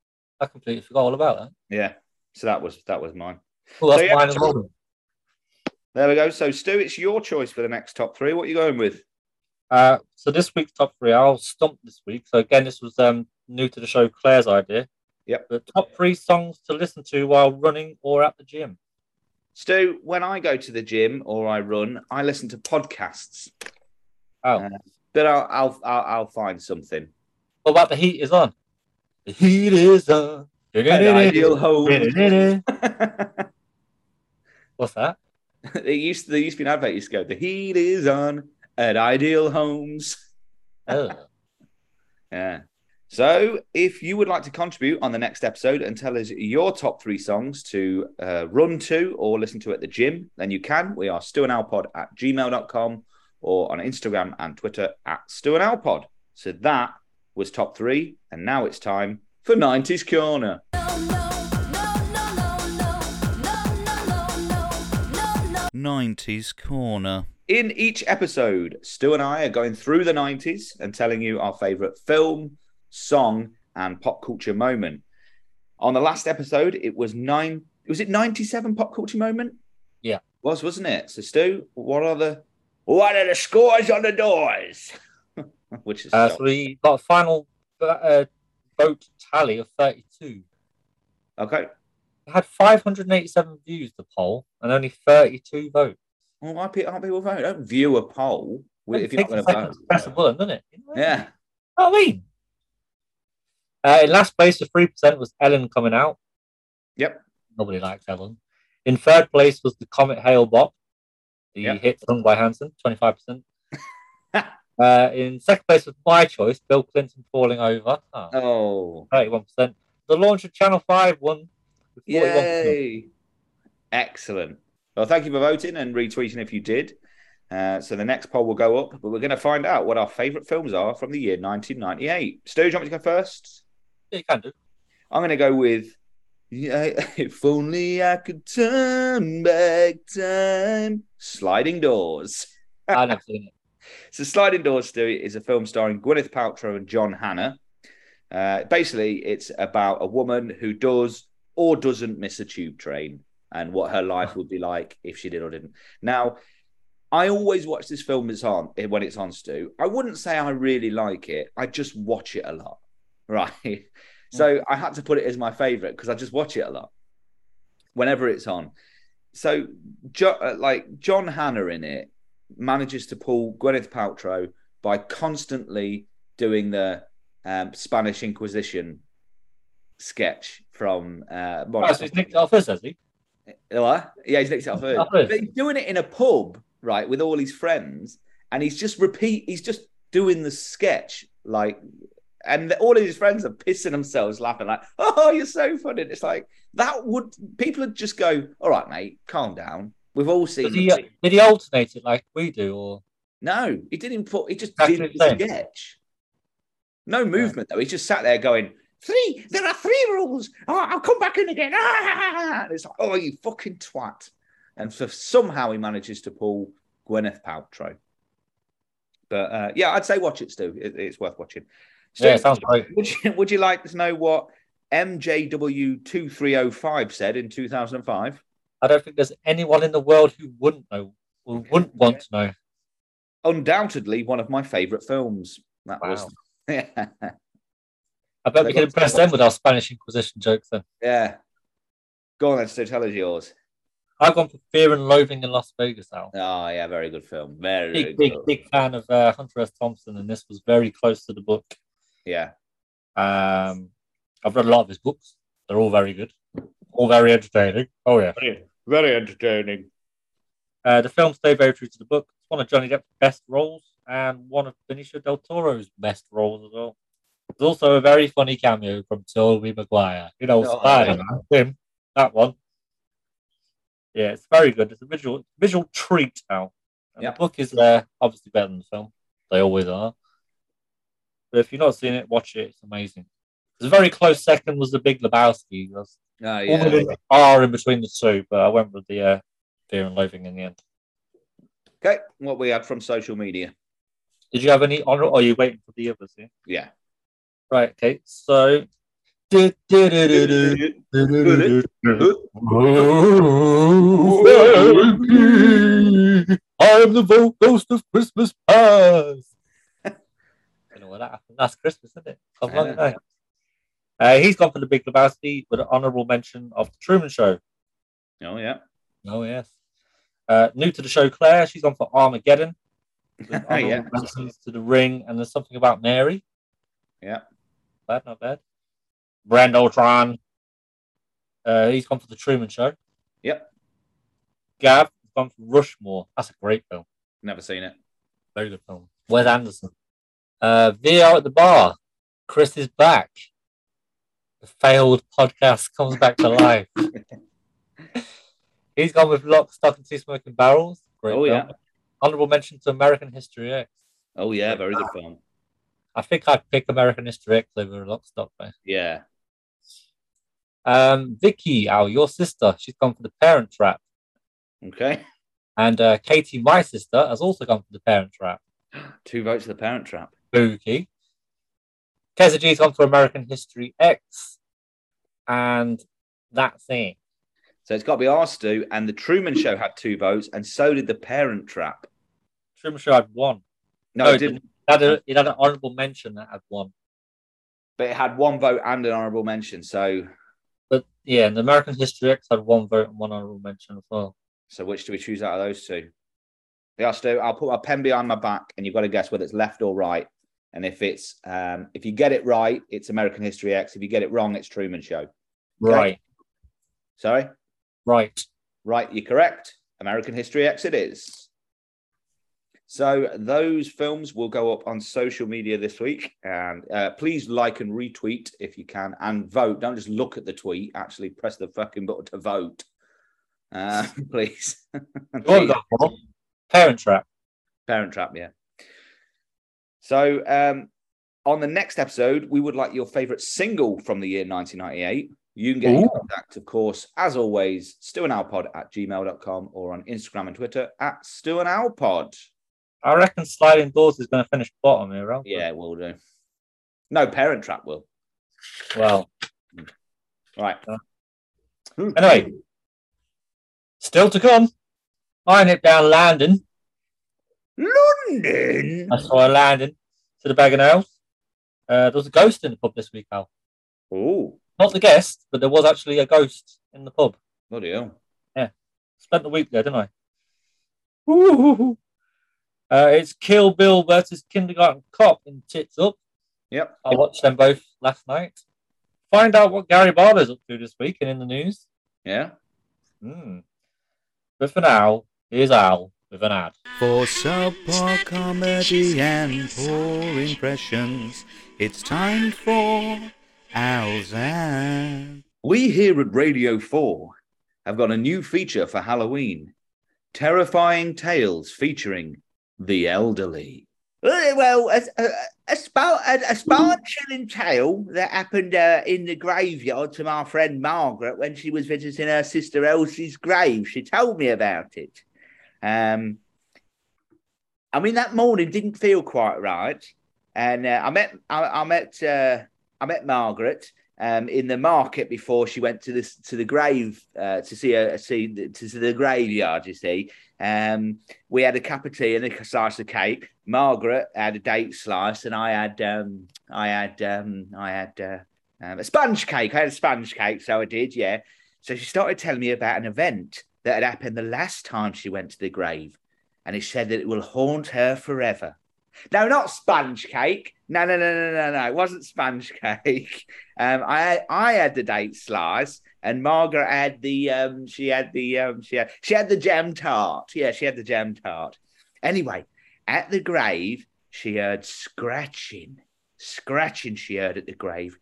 [SPEAKER 2] I completely forgot all about that.
[SPEAKER 1] Yeah. So that was that was mine.
[SPEAKER 2] Oh, that's
[SPEAKER 1] So, yeah,
[SPEAKER 2] mine as well.
[SPEAKER 1] There we go. So Stu, it's your choice for the next top three. What are you going with?
[SPEAKER 2] Uh, so this week's top three, I'll stump this week. So again, this was um, new to the show, Claire's idea.
[SPEAKER 1] Yep.
[SPEAKER 2] The top three songs to listen to while running or at the gym.
[SPEAKER 1] Stu, when I go to the gym or I run, I listen to podcasts,
[SPEAKER 2] Oh,
[SPEAKER 1] Uh, but I'll I'll I'll, I'll find something.
[SPEAKER 2] what about the heat is on? The heat is on.
[SPEAKER 1] An ideal home.
[SPEAKER 2] What's that?
[SPEAKER 1] it used to, there used to be an advert. Used to go, the heat is on at ideal homes.
[SPEAKER 2] Oh.
[SPEAKER 1] Yeah. So, if you would like to contribute on the next episode and tell us your top three songs to uh, run to or listen to at the gym, then you can. We are stewandalpod at gmail.com or on Instagram and Twitter at stewandalpod. So, that was top three. And now it's time for 90s Corner.
[SPEAKER 4] No, no, no, no, no, no, no, no, no, no, no.
[SPEAKER 1] 90s Corner. In each episode, Stu and I are going through the 90s and telling you our favorite film, song, and pop culture moment. On the last episode, it was nine. Was it 97 pop culture moment?
[SPEAKER 2] Yeah.
[SPEAKER 1] Was, wasn't it? So, Stu, what are the. What are the scores on the doors? Which is.
[SPEAKER 2] Uh,
[SPEAKER 1] so-
[SPEAKER 2] so we got a final uh, vote tally of 32.
[SPEAKER 1] okay.
[SPEAKER 2] It had 587 views, the poll, and only 32 votes.
[SPEAKER 1] Well, why pe- aren't people voting? Don't view a poll if you're not going
[SPEAKER 2] Takes
[SPEAKER 1] to
[SPEAKER 2] a second
[SPEAKER 1] vote.
[SPEAKER 2] to press a button, doesn't it? You know what I mean?
[SPEAKER 1] Yeah.
[SPEAKER 2] You know what I mean? Uh, in last place, the 3% was Ellen coming out.
[SPEAKER 1] Yep.
[SPEAKER 2] Nobody likes Ellen. In third place was the Comet Hail Bop, the
[SPEAKER 1] Yep.
[SPEAKER 2] hit sung by Hanson, 25%. uh, in second place was my choice, Bill Clinton falling over. Ah.
[SPEAKER 1] Oh.
[SPEAKER 2] 31%. The launch of Channel 5 won with 41%.
[SPEAKER 1] Yay! Excellent. Well, thank you for voting and retweeting if you did. Uh, so the next poll will go up, but we're going to find out what our favourite films are from the year 1998. Stu, do you want me to go first?
[SPEAKER 2] Yeah, you can do.
[SPEAKER 1] I'm going to go with yeah, If Only I Could Turn Back Time. Sliding Doors.
[SPEAKER 2] I never seen it.
[SPEAKER 1] So Sliding Doors, Stu, is a film starring Gwyneth Paltrow and John Hannah. Uh, basically, it's about a woman who does or doesn't miss a tube train and what her life would be like if she did or didn't. Now, I always watch this film as on eh, when it's on Stu. I wouldn't say I really like it. I just watch it a lot, right? So I had to put it as my favorite because I just watch it a lot whenever it's on. So, jo- uh, like John Hannah in it manages to pull Gwyneth Paltrow by constantly doing the um, Spanish Inquisition sketch from uh, Modern
[SPEAKER 2] Oh, so he's
[SPEAKER 1] Family.
[SPEAKER 2] nicked it off us, has he?
[SPEAKER 1] What? Yeah, he's nicked it off her.
[SPEAKER 2] Off us.
[SPEAKER 1] But he's doing it in a pub, right, with all his friends, and he's just repeat. He's just doing the sketch, like, and the- all of his friends are pissing themselves laughing, like, "Oh, you're so funny!" It's like that would people would just go, "All right, mate, calm down. We've all seen."
[SPEAKER 2] Does he,
[SPEAKER 1] the-
[SPEAKER 2] uh, did he alternate it like we do, or
[SPEAKER 1] no, he didn't put. He just
[SPEAKER 2] Exactly
[SPEAKER 1] did
[SPEAKER 2] the
[SPEAKER 1] the
[SPEAKER 2] same.
[SPEAKER 1] sketch. No movement though. He just sat there going, three. There are three rules. Oh, I'll come back in again. Ah! And it's like, oh, you fucking twat. And so somehow he manages to pull Gwyneth Paltrow. But uh, yeah, I'd say watch it, Stu. It, it's worth watching. Stu,
[SPEAKER 2] yeah, it sounds great.
[SPEAKER 1] would, you, would you like to know what MJW two three zero five said in two thousand and five?
[SPEAKER 2] I don't think there's anyone in the world who wouldn't know or wouldn't want to know.
[SPEAKER 1] Undoubtedly, one of my favourite films. That was.
[SPEAKER 2] I bet
[SPEAKER 1] They
[SPEAKER 2] we can
[SPEAKER 1] got-
[SPEAKER 2] impress them with our Spanish Inquisition jokes then.
[SPEAKER 1] Yeah. Go on then, Stu, tell us yours.
[SPEAKER 2] I've gone for Fear and Loathing in Las Vegas now.
[SPEAKER 1] Oh, yeah, very good film. Very
[SPEAKER 2] Big,
[SPEAKER 1] good.
[SPEAKER 2] big,
[SPEAKER 1] film.
[SPEAKER 2] big fan of uh, Hunter S. Thompson, and this was very close to the book.
[SPEAKER 1] Yeah.
[SPEAKER 2] Um, I've read a lot of his books. They're all very good, all very entertaining. Oh yeah.
[SPEAKER 1] Very entertaining.
[SPEAKER 2] Uh, the films stay very true to the book. It's one of Johnny Depp's best roles and one of Benicio del Toro's best roles as well. There's also a very funny cameo from Tobey Maguire. You know,
[SPEAKER 1] Oh,
[SPEAKER 2] Spider-Man, him, that one. Yeah, it's very good. It's a visual visual treat now. And
[SPEAKER 1] Yeah.
[SPEAKER 2] The book is uh, obviously better than the film. They always are. But if you've not seen it, watch it. It's amazing. The very close second was The Big Lebowski. That's
[SPEAKER 1] Oh,
[SPEAKER 2] all
[SPEAKER 1] yeah.
[SPEAKER 2] the movies are in between the two, but I went with the uh, Fear and Loathing in the end.
[SPEAKER 1] Okay. What we had from social media.
[SPEAKER 2] Did you have any honor? Or are you waiting for the others? Yeah.
[SPEAKER 1] Yeah.
[SPEAKER 2] Right. Okay. So. Du- du- du- du- du-
[SPEAKER 1] Oh,
[SPEAKER 2] du- du- du- du- I am the vo- ghost of Christmas past. I know what that happened. That's Christmas, isn't it? Come
[SPEAKER 1] I
[SPEAKER 2] long
[SPEAKER 1] know.
[SPEAKER 2] ago. Uh, he's gone for the Big Lebowski with an honourable mention of the Truman Show.
[SPEAKER 1] Oh, yeah.
[SPEAKER 2] Oh yes. Uh, new to the show, Claire. She's on for Armageddon. With
[SPEAKER 1] Yeah.
[SPEAKER 2] honorable mentions to the Ring, and there's something about Mary.
[SPEAKER 1] Yeah.
[SPEAKER 2] Bad, not bad. Brand Ultron. Uh, he's gone for the Truman Show.
[SPEAKER 1] Yep.
[SPEAKER 2] Gav has gone for Rushmore. That's a great film.
[SPEAKER 1] Never seen it.
[SPEAKER 2] Very good film. Wes Anderson. Uh, VR at the bar. Chris is back. The failed podcast comes back to life. He's gone with Lock, Stock, and Two Smoking Barrels. Great
[SPEAKER 1] Oh,
[SPEAKER 2] film. Honorable mention to American History X.
[SPEAKER 1] Oh, yeah. Very good film.
[SPEAKER 2] I think I'd pick American History X over Lock, Stock, though.
[SPEAKER 1] Yeah.
[SPEAKER 2] Um, Vicky, our your sister, she's gone for The Parent Trap.
[SPEAKER 1] Okay.
[SPEAKER 2] And uh, Katie, my sister, has also gone for The Parent Trap.
[SPEAKER 1] Two votes for the parent trap.
[SPEAKER 2] spooky. Keza G's gone for American History X, and that's it.
[SPEAKER 1] So it's got to be our Stu, and the Truman Show had two votes, and so did the Parent Trap.
[SPEAKER 2] Truman Show had one.
[SPEAKER 1] No,
[SPEAKER 2] No,
[SPEAKER 1] it
[SPEAKER 2] it
[SPEAKER 1] didn't.
[SPEAKER 2] It had, a, it had an honourable mention that had one,
[SPEAKER 1] But it had one vote and an honourable mention. So,
[SPEAKER 2] but yeah, and the American History X had one vote and one honourable mention as well.
[SPEAKER 1] so which do we choose out of those two? Yeah, Stu. I'll put my pen behind my back, and you've got to guess whether it's left or right. And if it's, um, if you get it right, it's American History X. If you get it wrong, it's Truman Show.
[SPEAKER 2] Right,
[SPEAKER 1] Sorry,
[SPEAKER 2] right.
[SPEAKER 1] right. You're correct. American History X. It is. So those films will go up on social media this week, and uh, please like and retweet if you can, and vote. Don't just look at the tweet. Actually, press the fucking button to vote, uh, please.
[SPEAKER 2] What was that for? Parent Trap.
[SPEAKER 1] Parent Trap, yeah. So, um, on the next episode, we would like your favorite single from the year 1998. You can get in
[SPEAKER 2] Ooh.
[SPEAKER 1] contact, of course, as always, stewandowlpod at gmail.com or on Instagram and Twitter at stewandowlpod.
[SPEAKER 2] I reckon Sliding Doors is going to finish bottom here, right?
[SPEAKER 1] Yeah, we'll do. No, Parent Trap will.
[SPEAKER 2] Well,
[SPEAKER 1] Right.
[SPEAKER 5] Uh.
[SPEAKER 1] Hmm.
[SPEAKER 2] anyway, still to come. I nip down London.
[SPEAKER 1] London.
[SPEAKER 2] I saw a landing to the Bag and House. Uh, there was a ghost in the pub this week, Al.
[SPEAKER 1] Oh,
[SPEAKER 2] Not the guest, but there was actually a ghost in the pub.
[SPEAKER 1] bloody hell.
[SPEAKER 2] Spent the week there, didn't I? Woo-hoo-hoo. Uh, it's Kill Bill versus Kindergarten Cop in Tits Up.
[SPEAKER 1] Yep.
[SPEAKER 2] I watched them both last night. Find out what Gary Barber's up to this week and in the news.
[SPEAKER 1] Yeah.
[SPEAKER 2] Hmm. But for now, here's Al with an ad.
[SPEAKER 5] For subpar comedy and poor impressions, it's time for Al's Ad.
[SPEAKER 1] We here at Radio 4 have got a new feature for Halloween terrifying tales featuring the elderly. Eh, Well, a, a, a, spell, a, a spine chilling tale that happened uh, in the graveyard to my friend Margaret when she was visiting her sister Elsie's grave. She told me about it. Um, I mean, that morning didn't feel quite right. And uh, I met, I, I met, uh, I met Margaret um, in the market before she went to this to the grave uh, to see her see the- to see the graveyard. You see, um, we had a cup of tea and a slice of cake. Margaret had a date slice, and I had um, I had um, I had uh, um, a sponge cake. I had a sponge cake, so I did, yeah. So she started telling me about an event that had happened the last time she went to the grave, and it said that it will haunt her forever. No, not sponge cake. No, no, no, no, no, no. It wasn't sponge cake. Um, I I had the date slice, and Margaret had the um, she had the um, she had she had the jam tart. Yeah, she had the jam tart. Anyway, at the grave, she heard scratching, scratching. She heard at the grave,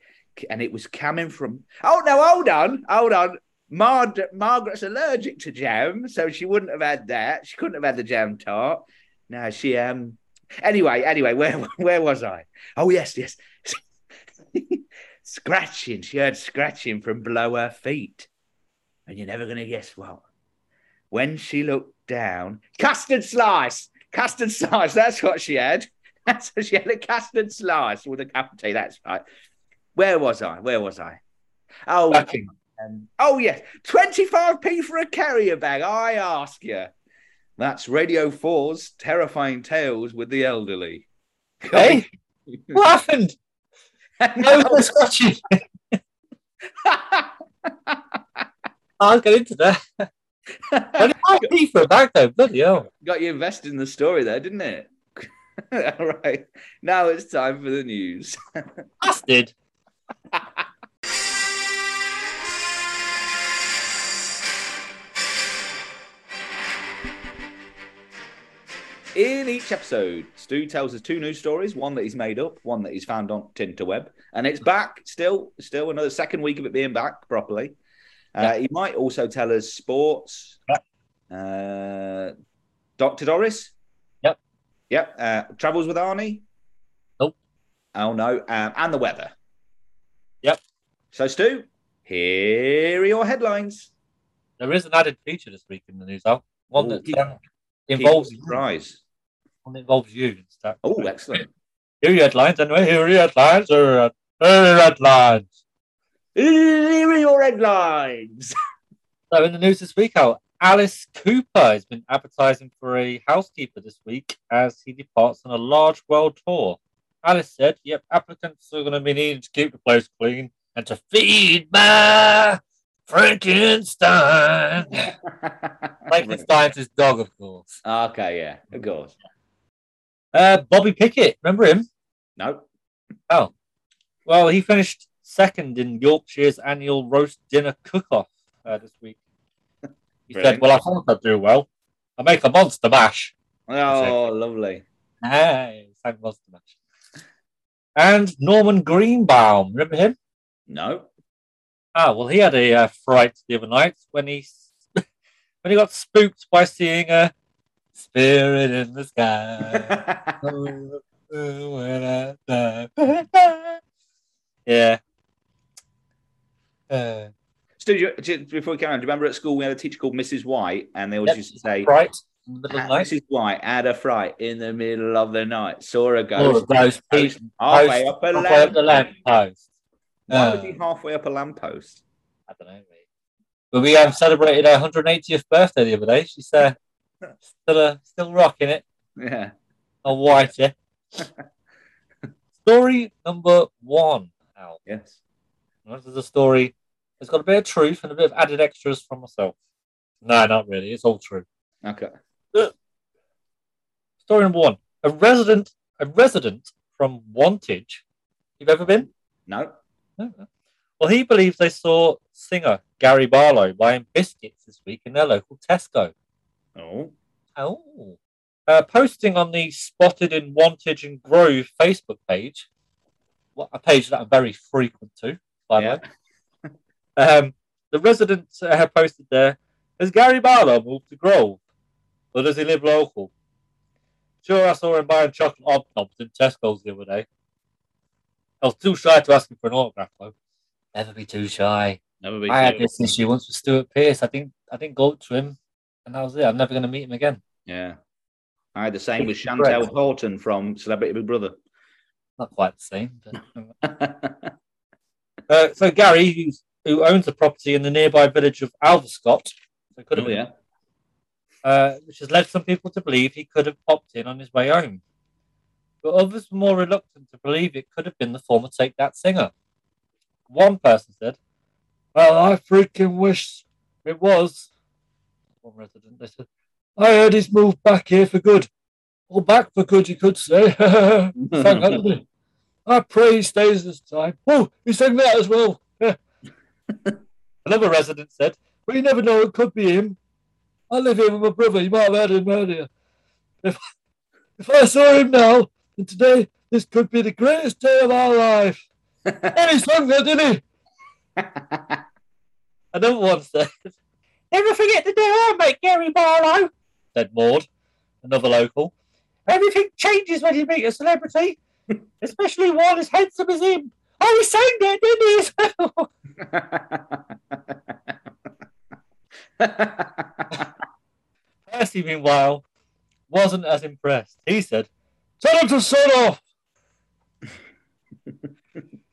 [SPEAKER 1] and it was coming from. Oh no! Hold on! Hold on! Mar- Margaret's allergic to jam, so she wouldn't have had that. She couldn't have had the jam tart. No, she um. Anyway, anyway, where where was I? Oh yes, yes. scratching. She heard scratching from below her feet. And you're never going to guess what. When she looked down, custard slice, custard slice. That's what she had. That's what she had a custard slice with a cup of tea. That's right. Where was I? Where was I? Oh,
[SPEAKER 2] Backing.
[SPEAKER 1] um, oh yes, twenty-five p for a carrier bag. I ask you. That's Radio 4's terrifying tales with the elderly.
[SPEAKER 2] Hey, what happened? I was gonna scratch you. I'll get into that. What did I pay for a bag though? Bloody hell.
[SPEAKER 1] got you invested in the story there, didn't it? All right. Now it's time for the news.
[SPEAKER 2] Bastard.
[SPEAKER 1] In each episode, Stu tells us two news stories, one that he's made up, one that he's found on Tinterweb. And it's back still, still another second week of it being back properly. Uh, He might also tell us sports. Uh, Dr. Doris?
[SPEAKER 2] Yep.
[SPEAKER 1] Yep. Uh, travels with Arnie?
[SPEAKER 2] Nope.
[SPEAKER 1] Oh, no. Um, and the weather?
[SPEAKER 2] Yep.
[SPEAKER 1] So, Stu, here are your headlines.
[SPEAKER 2] There is an added feature this week in the news, Al. One
[SPEAKER 1] Ooh,
[SPEAKER 2] that
[SPEAKER 1] keep-
[SPEAKER 2] um, involves
[SPEAKER 1] Keep surprise.
[SPEAKER 2] one that involves you. instead.
[SPEAKER 1] Oh, excellent.
[SPEAKER 2] Here are your headlines anyway. Here are your headlines. Here are your- here are your headlines.
[SPEAKER 1] Here are your headlines.
[SPEAKER 2] So in the news this week, Al, Alice Cooper has been advertising for a housekeeper this week as he departs on a large world tour. Alice said, "Yep, applicants are going to be needed to keep the place clean and to feed my Frankenstein." Frankenstein's his dog, of course.
[SPEAKER 1] Okay, yeah, of course.
[SPEAKER 2] Uh, Bobby Pickett, remember him?
[SPEAKER 1] No.
[SPEAKER 2] Oh, well, he finished second in Yorkshire's annual roast dinner cook-off uh, this week. He
[SPEAKER 1] Brilliant.
[SPEAKER 2] said, "Well, I thought I'd do well. I make a monster mash."
[SPEAKER 1] Oh, lovely.
[SPEAKER 2] Hey, thank monster mash. And Norman Greenbaum, remember him?
[SPEAKER 1] No.
[SPEAKER 2] Ah, well, he had a uh, fright the other night when he s- when he got spooked by seeing a spirit in the sky. yeah. Uh,
[SPEAKER 1] Stu, do you- do you- before we carry on, do you remember at school we had a teacher called Mrs. White, and they always
[SPEAKER 2] Yep.
[SPEAKER 1] used to say,
[SPEAKER 2] right in the middle of the night.
[SPEAKER 1] Mrs. White had a fright in the middle of the night, saw a
[SPEAKER 2] All
[SPEAKER 1] ghost.
[SPEAKER 2] of those
[SPEAKER 1] Ghost.
[SPEAKER 2] people
[SPEAKER 1] Halfway up a
[SPEAKER 2] halfway up the
[SPEAKER 1] lamp.
[SPEAKER 2] lamppost.
[SPEAKER 1] Why was
[SPEAKER 2] Uh.
[SPEAKER 1] he halfway up a lamppost?
[SPEAKER 2] I don't know, mate. But we um, celebrated our 180th birthday the other day. She's uh, still uh, still rocking it.
[SPEAKER 1] Yeah.
[SPEAKER 2] A whitey. story number one, Al.
[SPEAKER 1] Yes.
[SPEAKER 2] And This is a story. It's got a bit of truth and a bit of added extras from myself. No, not really. It's all true.
[SPEAKER 1] Okay.
[SPEAKER 2] Story number one: a resident, a resident from Wantage. You've ever been?
[SPEAKER 1] No.
[SPEAKER 2] Well, he believes they saw singer Gary Barlow buying biscuits this week in their local Tesco.
[SPEAKER 1] Oh.
[SPEAKER 2] Oh. Uh, posting on the Spotted in Wantage and Grove Facebook page, what a page that I'm very frequent to, by
[SPEAKER 1] Yeah.
[SPEAKER 2] the way. Um, the resident uh, posted there, has Gary Barlow moved to Grove? Or does he live local? Sure, I saw him buying chocolate hobnobs in Tesco's the other day. I was too shy to ask him for an autograph, though. Never be too shy.
[SPEAKER 1] Never be
[SPEAKER 2] I had
[SPEAKER 1] sure.
[SPEAKER 2] this issue once with Stuart Pearce. I think I didn't go up to him, and that was it. I'm never going to meet him again.
[SPEAKER 1] Yeah. I had the same with
[SPEAKER 2] Correct.
[SPEAKER 1] Chantel Horton from Celebrity Big Brother.
[SPEAKER 2] Not quite the same. But... uh, so Gary, who's, who owns the property in the nearby village of Alverscott, so it could have
[SPEAKER 1] oh,
[SPEAKER 2] been,
[SPEAKER 1] yeah.
[SPEAKER 2] uh, which has led some people to believe he could have popped in on his way home, but others were more reluctant to believe it could have been the former Take That singer. One person said, "Well, I freaking wish it was." One resident they said, "I heard he's moved back here for good, or back for good, you could say." Thank God. I pray he stays this time. Oh, he sang that as well. Yeah. Another resident said, Well, you never know, it could be him. I live here with my brother. You might have heard him earlier. If, if I saw him now, then today, this could be the greatest day of our life. and he sang that, didn't he? Another one said, Never forget the day I met Gary Barlow, said Maud, another local. Everything changes when you meet a celebrity especially one as handsome as him. Oh, he sang that, didn't he? Percy, meanwhile, wasn't as impressed. He said, Tell him to shut off.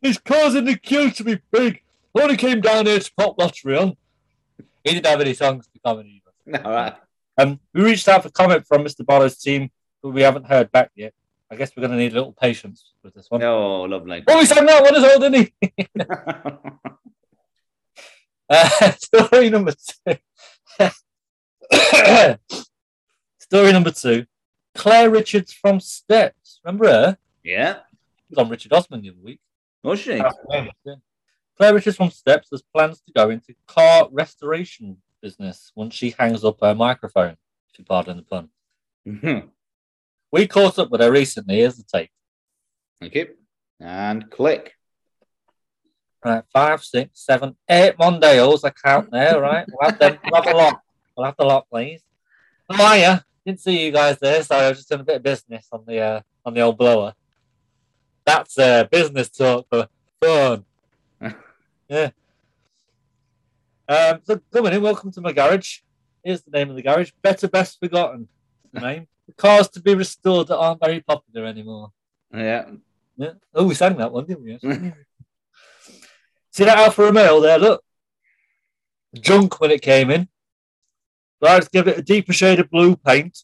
[SPEAKER 2] He's causing the queue to be big. I Only came down here to pop lottery on. He didn't have any songs to comment either.
[SPEAKER 1] All right.
[SPEAKER 2] Um, we reached out for comment from Mr. Barlow's team, but we haven't heard back yet. I guess we're going to need a little patience with this one.
[SPEAKER 1] Oh, lovely.
[SPEAKER 2] Oh, he sang that one as well, didn't he? Uh, story number two. story number two. Claire Richards from Steps. Remember her?
[SPEAKER 1] yeah.
[SPEAKER 2] She was on Richard Osman the other week.
[SPEAKER 1] Was she?
[SPEAKER 2] Yeah. Claire Richards from Steps has plans to go into car restoration business once she hangs up her microphone, if you pardon the pun.
[SPEAKER 1] Mhm.
[SPEAKER 2] We caught up with her recently. Here's the tape.
[SPEAKER 1] Thank you. And click.
[SPEAKER 2] Right, five, six, seven, eight Mondales. I count now, right? We'll have them. We'll have a lot. We'll have the lot, please. How are you? Didn't see you guys there. Sorry, I was just doing a bit of business on the uh, on the old blower. That's uh, business talk for fun. yeah. Um, so coming in, welcome to my garage. Here's the name of the garage. Better Best Forgotten. is The name. The cars to be restored that aren't very popular anymore.
[SPEAKER 1] Yeah.
[SPEAKER 2] Yeah. Oh, we sang that one, didn't we? actually? See that Alfa Romeo there? Look, junk when it came in. But I just give it a deeper shade of blue paint.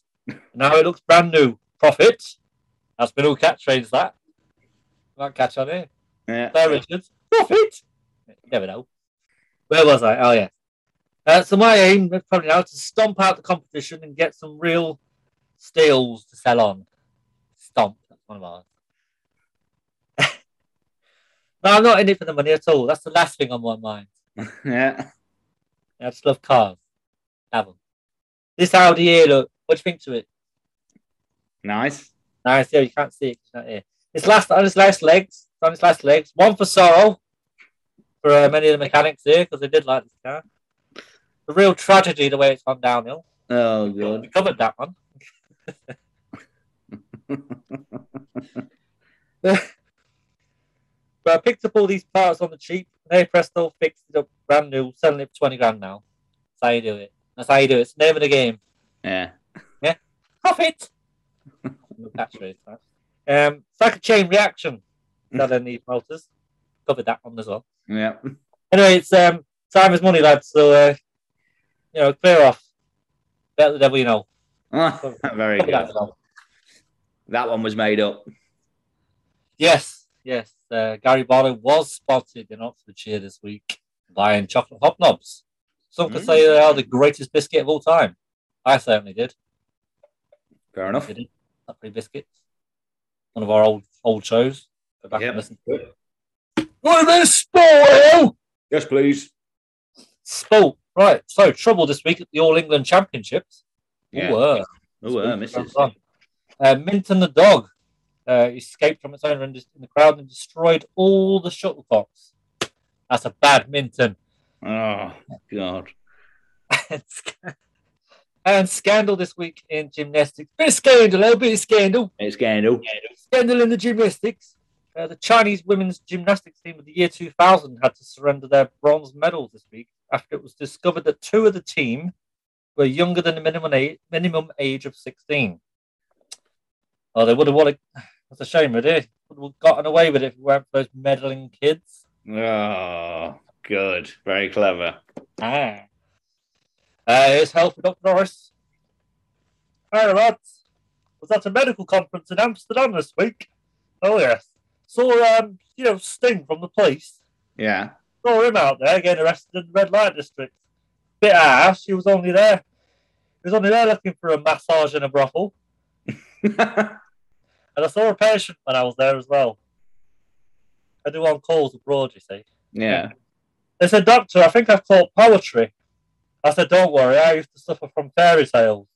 [SPEAKER 2] Now it looks brand new. Profit. That's been all catchphrase. That might catch on here.
[SPEAKER 1] Yeah.
[SPEAKER 2] There, Richards. Profit. Never know. Where was I? Oh yeah. Uh, so my aim is probably now to stomp out the competition and get some real steals to sell on. Stomp. That's one of ours. no, I'm not in it for the money at all. That's the last thing on my mind.
[SPEAKER 1] Yeah.
[SPEAKER 2] I just love cars. Have 'em. This Audi here, look. What do you think to it?
[SPEAKER 1] Nice.
[SPEAKER 2] Nice. Yeah, you can't see it. 'cause It's not here. It's last on its last legs. It's on its last legs. One for sorrow for uh, many of the mechanics here because they did like this car. A real tragedy the way it's gone downhill.
[SPEAKER 1] Oh,
[SPEAKER 2] We
[SPEAKER 1] good.
[SPEAKER 2] covered that one. but I picked up all these parts on the cheap. and Hey Presto fixed it up brand new, selling it for 20 grand now. That's how you do it. That's how you do it. It's the name of the game.
[SPEAKER 1] Yeah.
[SPEAKER 2] Profit! No catchphrase, that. um, it's like a chain reaction selling these motors. covered that one as well.
[SPEAKER 1] Yeah.
[SPEAKER 2] Anyway, it's um, time is money, lads. So, uh, you know, clear off. Bet the devil you know.
[SPEAKER 1] Ah, very
[SPEAKER 2] Cover that
[SPEAKER 1] good.
[SPEAKER 2] as well.
[SPEAKER 1] That one was made up.
[SPEAKER 2] Yes, yes. Uh, Gary Barlow was spotted in Oxfordshire this week buying chocolate hobnobs. Some could say they are the greatest biscuit of all time. I certainly did.
[SPEAKER 1] Fair enough.
[SPEAKER 2] Did it? Not free biscuits. One of our old old shows. Go back
[SPEAKER 1] Yep.
[SPEAKER 2] and listen to it. What a bit of spoil!
[SPEAKER 1] Yes, please.
[SPEAKER 2] Spoil. Right. So trouble this week at the All England Championships.
[SPEAKER 1] Yeah.
[SPEAKER 2] Ooh, uh,
[SPEAKER 1] Oh, uh, misses.
[SPEAKER 2] Uh, Minton the dog uh, escaped from its owner and just in the crowd and destroyed all the shuttlecocks. That's a bad Minton.
[SPEAKER 1] Oh, God.
[SPEAKER 2] and, sc- and scandal this week in gymnastics. Bit of scandal, a little bit of scandal.
[SPEAKER 1] It's Gandalf.
[SPEAKER 2] Scandal in the gymnastics. Uh, the Chinese women's gymnastics team of the year 2000 had to surrender their bronze medals this week after it was discovered that two of the team were younger than the minimum age, minimum age of 16. Oh, they would have won it. That's a shame, would it? Would have gotten away with it if it weren't for those meddling kids.
[SPEAKER 1] Oh, good. Very clever.
[SPEAKER 2] Ah. Uh, here's help for Dr. Norris. Hi, lads. Was at a medical conference in Amsterdam this week. Oh, yes. Saw, um, you know, Sting from the police.
[SPEAKER 1] Yeah.
[SPEAKER 2] Saw him out there getting arrested in the red light district. Bit ass. He was only there. He was only there looking for a massage and a brothel. And I saw a patient when I was there as well. I do on calls abroad, you see.
[SPEAKER 1] yeah.
[SPEAKER 2] They said, Doctor, I think I've taught poetry. I said, Don't worry, I used to suffer from fairy tales.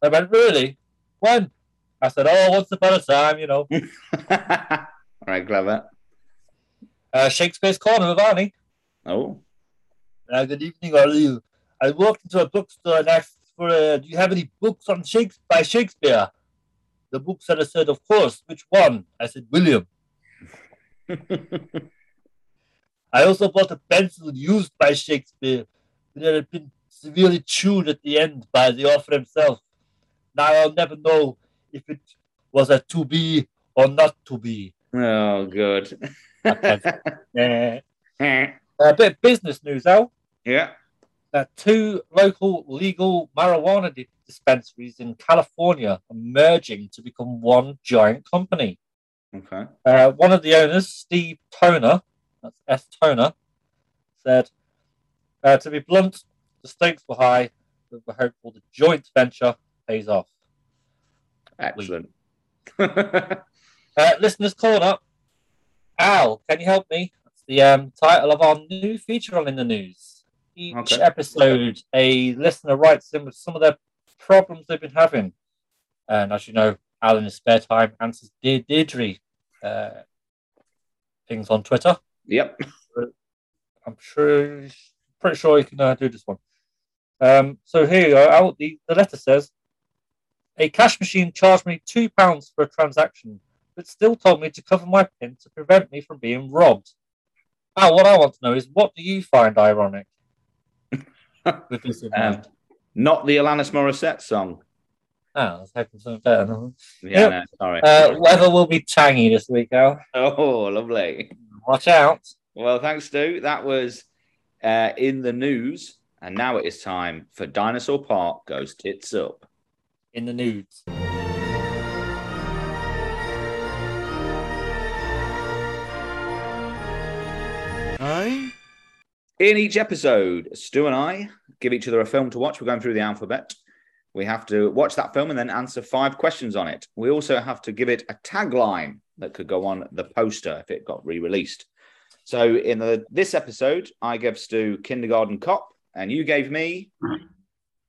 [SPEAKER 2] They went, Really? When? I said, Oh, once upon a time, you know.
[SPEAKER 1] Very clever.
[SPEAKER 2] Uh, Shakespeare's Corner with Arnie.
[SPEAKER 1] Oh.
[SPEAKER 2] Uh, good evening, how are you? I walked into a bookstore and asked for, uh, Do you have any books on Shakespeare, by Shakespeare? The bookseller said, Of course. Which one? I said, William. I also bought a pencil used by Shakespeare that had been severely chewed at the end by the author himself. Now I'll never know if it was a to be or not to be.
[SPEAKER 1] oh, good.
[SPEAKER 2] Eh.
[SPEAKER 1] yeah.
[SPEAKER 2] a bit of business news, Al. Uh, two local legal marijuana di- dispensaries in California are merging to become one giant company.
[SPEAKER 1] Okay.
[SPEAKER 2] Uh, one of the owners, Steve Toner, that's S. Toner, said, uh, To be blunt, the stakes were high, but we're hopeful the joint venture pays off.
[SPEAKER 1] Excellent.
[SPEAKER 2] Uh, listeners, call up. Al, can you help me? That's the um, title of our new feature on In the News. Each
[SPEAKER 1] Okay.
[SPEAKER 2] episode, a listener writes in with some of their problems they've been having. And as you know, Al in his spare time answers Dear Deirdre uh, things on Twitter.
[SPEAKER 1] yep.
[SPEAKER 2] I'm sure, pretty sure you can uh, do this one. Um, so here you go. Out the, the letter says, a cash machine charged me two pounds for a transaction, but still told me to cover my pin to prevent me from being robbed. Now, what I want to know is, what do you find ironic? With this in
[SPEAKER 1] Um,
[SPEAKER 2] mind.
[SPEAKER 1] Not the Alanis Morissette song.
[SPEAKER 2] Ah, I was hoping something better. than
[SPEAKER 1] Yeah,
[SPEAKER 2] Yep.
[SPEAKER 1] no, sorry.
[SPEAKER 2] that. Uh, weather will be tangy this week, Al.
[SPEAKER 1] oh, lovely.
[SPEAKER 2] Watch out.
[SPEAKER 1] Well, thanks, Stu. That was uh, in the news. And now it is time for Dinosaur Park Goes Tits Up.
[SPEAKER 2] in the nudes.
[SPEAKER 5] Aye?
[SPEAKER 1] In each episode, Stu and I give each other a film to watch. We're going through the alphabet. We have to watch that film and then answer five questions on it. We also have to give it a tagline that could go on the poster if it got re released. So, in the, this episode, I gave Stu Kindergarten Cop, and you gave me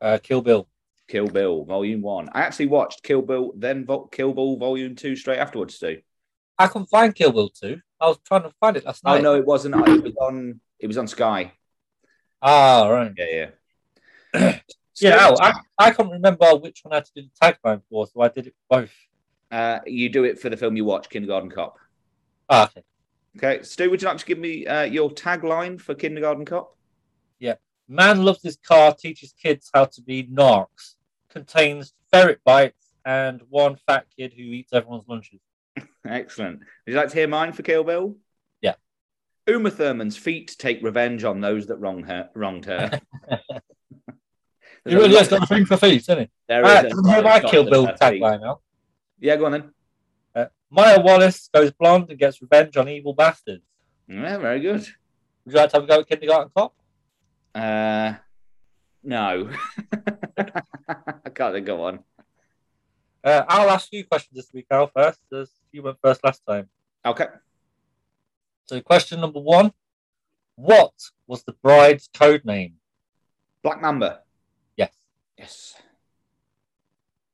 [SPEAKER 2] Uh, Kill Bill.
[SPEAKER 1] Kill Bill Volume 1. I actually watched Kill Bill, then Vol- Kill Bill Volume 2 straight afterwards, Stu.
[SPEAKER 2] I can find Kill Bill too. I was trying to find it last
[SPEAKER 1] Oh,
[SPEAKER 2] night.
[SPEAKER 1] no, it wasn't. It was on, it was on Sky.
[SPEAKER 2] Ah, right.
[SPEAKER 1] Yeah, yeah.
[SPEAKER 2] Yeah,
[SPEAKER 1] Stu,
[SPEAKER 2] Al, I, I can't remember which one I had to do the tagline for, so I did it both.
[SPEAKER 1] uh, you do it for the film you watch, Kindergarten Cop.
[SPEAKER 2] Ah, okay.
[SPEAKER 1] Okay, Stu, would you like to give me uh, your tagline for Kindergarten Cop?
[SPEAKER 2] Man loves his car, teaches kids how to be narcs, contains ferret bites, and one fat kid who eats everyone's lunches.
[SPEAKER 1] Excellent. Would you like to hear mine for Kill Bill?
[SPEAKER 2] Yeah.
[SPEAKER 1] Uma Thurman's feet take revenge on those that wrong her, wronged her.
[SPEAKER 2] He really has got a thing for feet, isn't he? Ah,
[SPEAKER 1] There
[SPEAKER 2] Right,
[SPEAKER 1] is a-
[SPEAKER 2] doesn't have my Kill Bill
[SPEAKER 1] That's right.
[SPEAKER 2] tagline now.
[SPEAKER 1] Yeah, go on then.
[SPEAKER 2] Maya Wallace goes blonde and gets revenge on evil bastards.
[SPEAKER 1] Yeah, very good.
[SPEAKER 2] Would you like to have a go at Kindergarten Cop?
[SPEAKER 1] Uh, no, I can't think of one.
[SPEAKER 2] Uh, I'll ask you questions this week, Al, first, as you went first last time.
[SPEAKER 1] Okay.
[SPEAKER 2] So, question number one What was the bride's code name?
[SPEAKER 1] Black Mamba.
[SPEAKER 2] Yes.
[SPEAKER 1] Yes.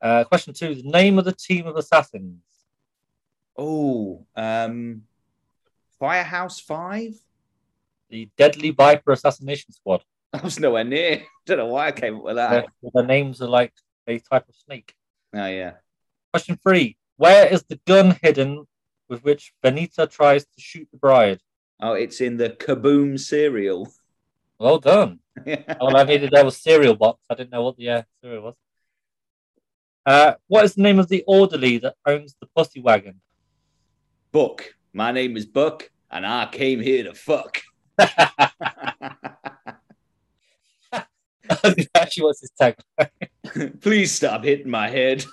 [SPEAKER 2] Uh, question two The name of the team of assassins.
[SPEAKER 1] Oh, um, Firehouse Five.
[SPEAKER 2] The Deadly Viper Assassination Squad.
[SPEAKER 1] I was nowhere near. Don't know why I came up with that.
[SPEAKER 2] Their, their names are like a type of snake.
[SPEAKER 1] Oh yeah.
[SPEAKER 2] Question three Where is the gun hidden with which Benita tries to shoot the bride?
[SPEAKER 1] Oh, it's in the Kaboom cereal.
[SPEAKER 2] Well done.
[SPEAKER 1] yeah.
[SPEAKER 2] All I needed there was cereal box. I didn't know what the uh, cereal was. Uh, what is the name of the orderly that owns the pussy wagon?
[SPEAKER 1] Buck. My name is Buck, and I came here to fuck.
[SPEAKER 2] Actually, what's his tag?
[SPEAKER 1] Please stop hitting my head.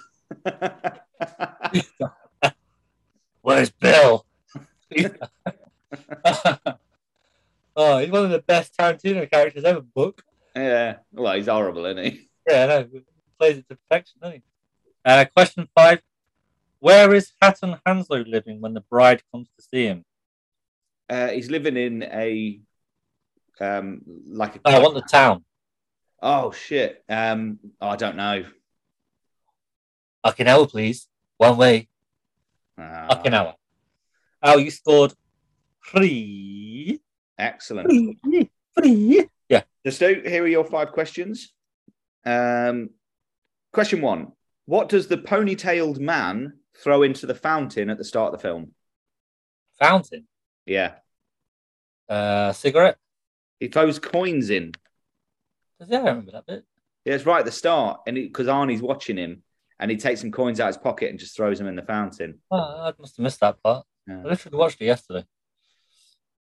[SPEAKER 2] Where's Bill? oh, he's one of the best Tarantino characters ever. Book.
[SPEAKER 1] yeah. Well, he's horrible, isn't he?
[SPEAKER 2] Yeah, I know. He plays it to perfection, doesn't he? Uh, question five. Where is Hatton Hanslow living when the bride comes to see him?
[SPEAKER 1] Uh, he's living in a um like a
[SPEAKER 2] Oh, I want the town.
[SPEAKER 1] oh shit um I don't know
[SPEAKER 2] Fucking hell, please. One way.
[SPEAKER 1] Ah,
[SPEAKER 2] Fucking hour. Al, Oh, you scored three.
[SPEAKER 1] excellent
[SPEAKER 2] Three. Three. Yeah.
[SPEAKER 1] so here are your five questions um question one what does the ponytailed man throw into the fountain at the start of the film
[SPEAKER 2] Fountain.
[SPEAKER 1] yeah
[SPEAKER 2] Uh, cigarette.
[SPEAKER 1] he throws coins in
[SPEAKER 2] Yeah, I remember that bit.
[SPEAKER 1] yeah it's right at the start and because Arnie's watching him and he takes some coins out of his pocket and just throws them in the fountain
[SPEAKER 2] Oh, I must have missed that part.
[SPEAKER 1] Yeah.
[SPEAKER 2] I literally watched it yesterday.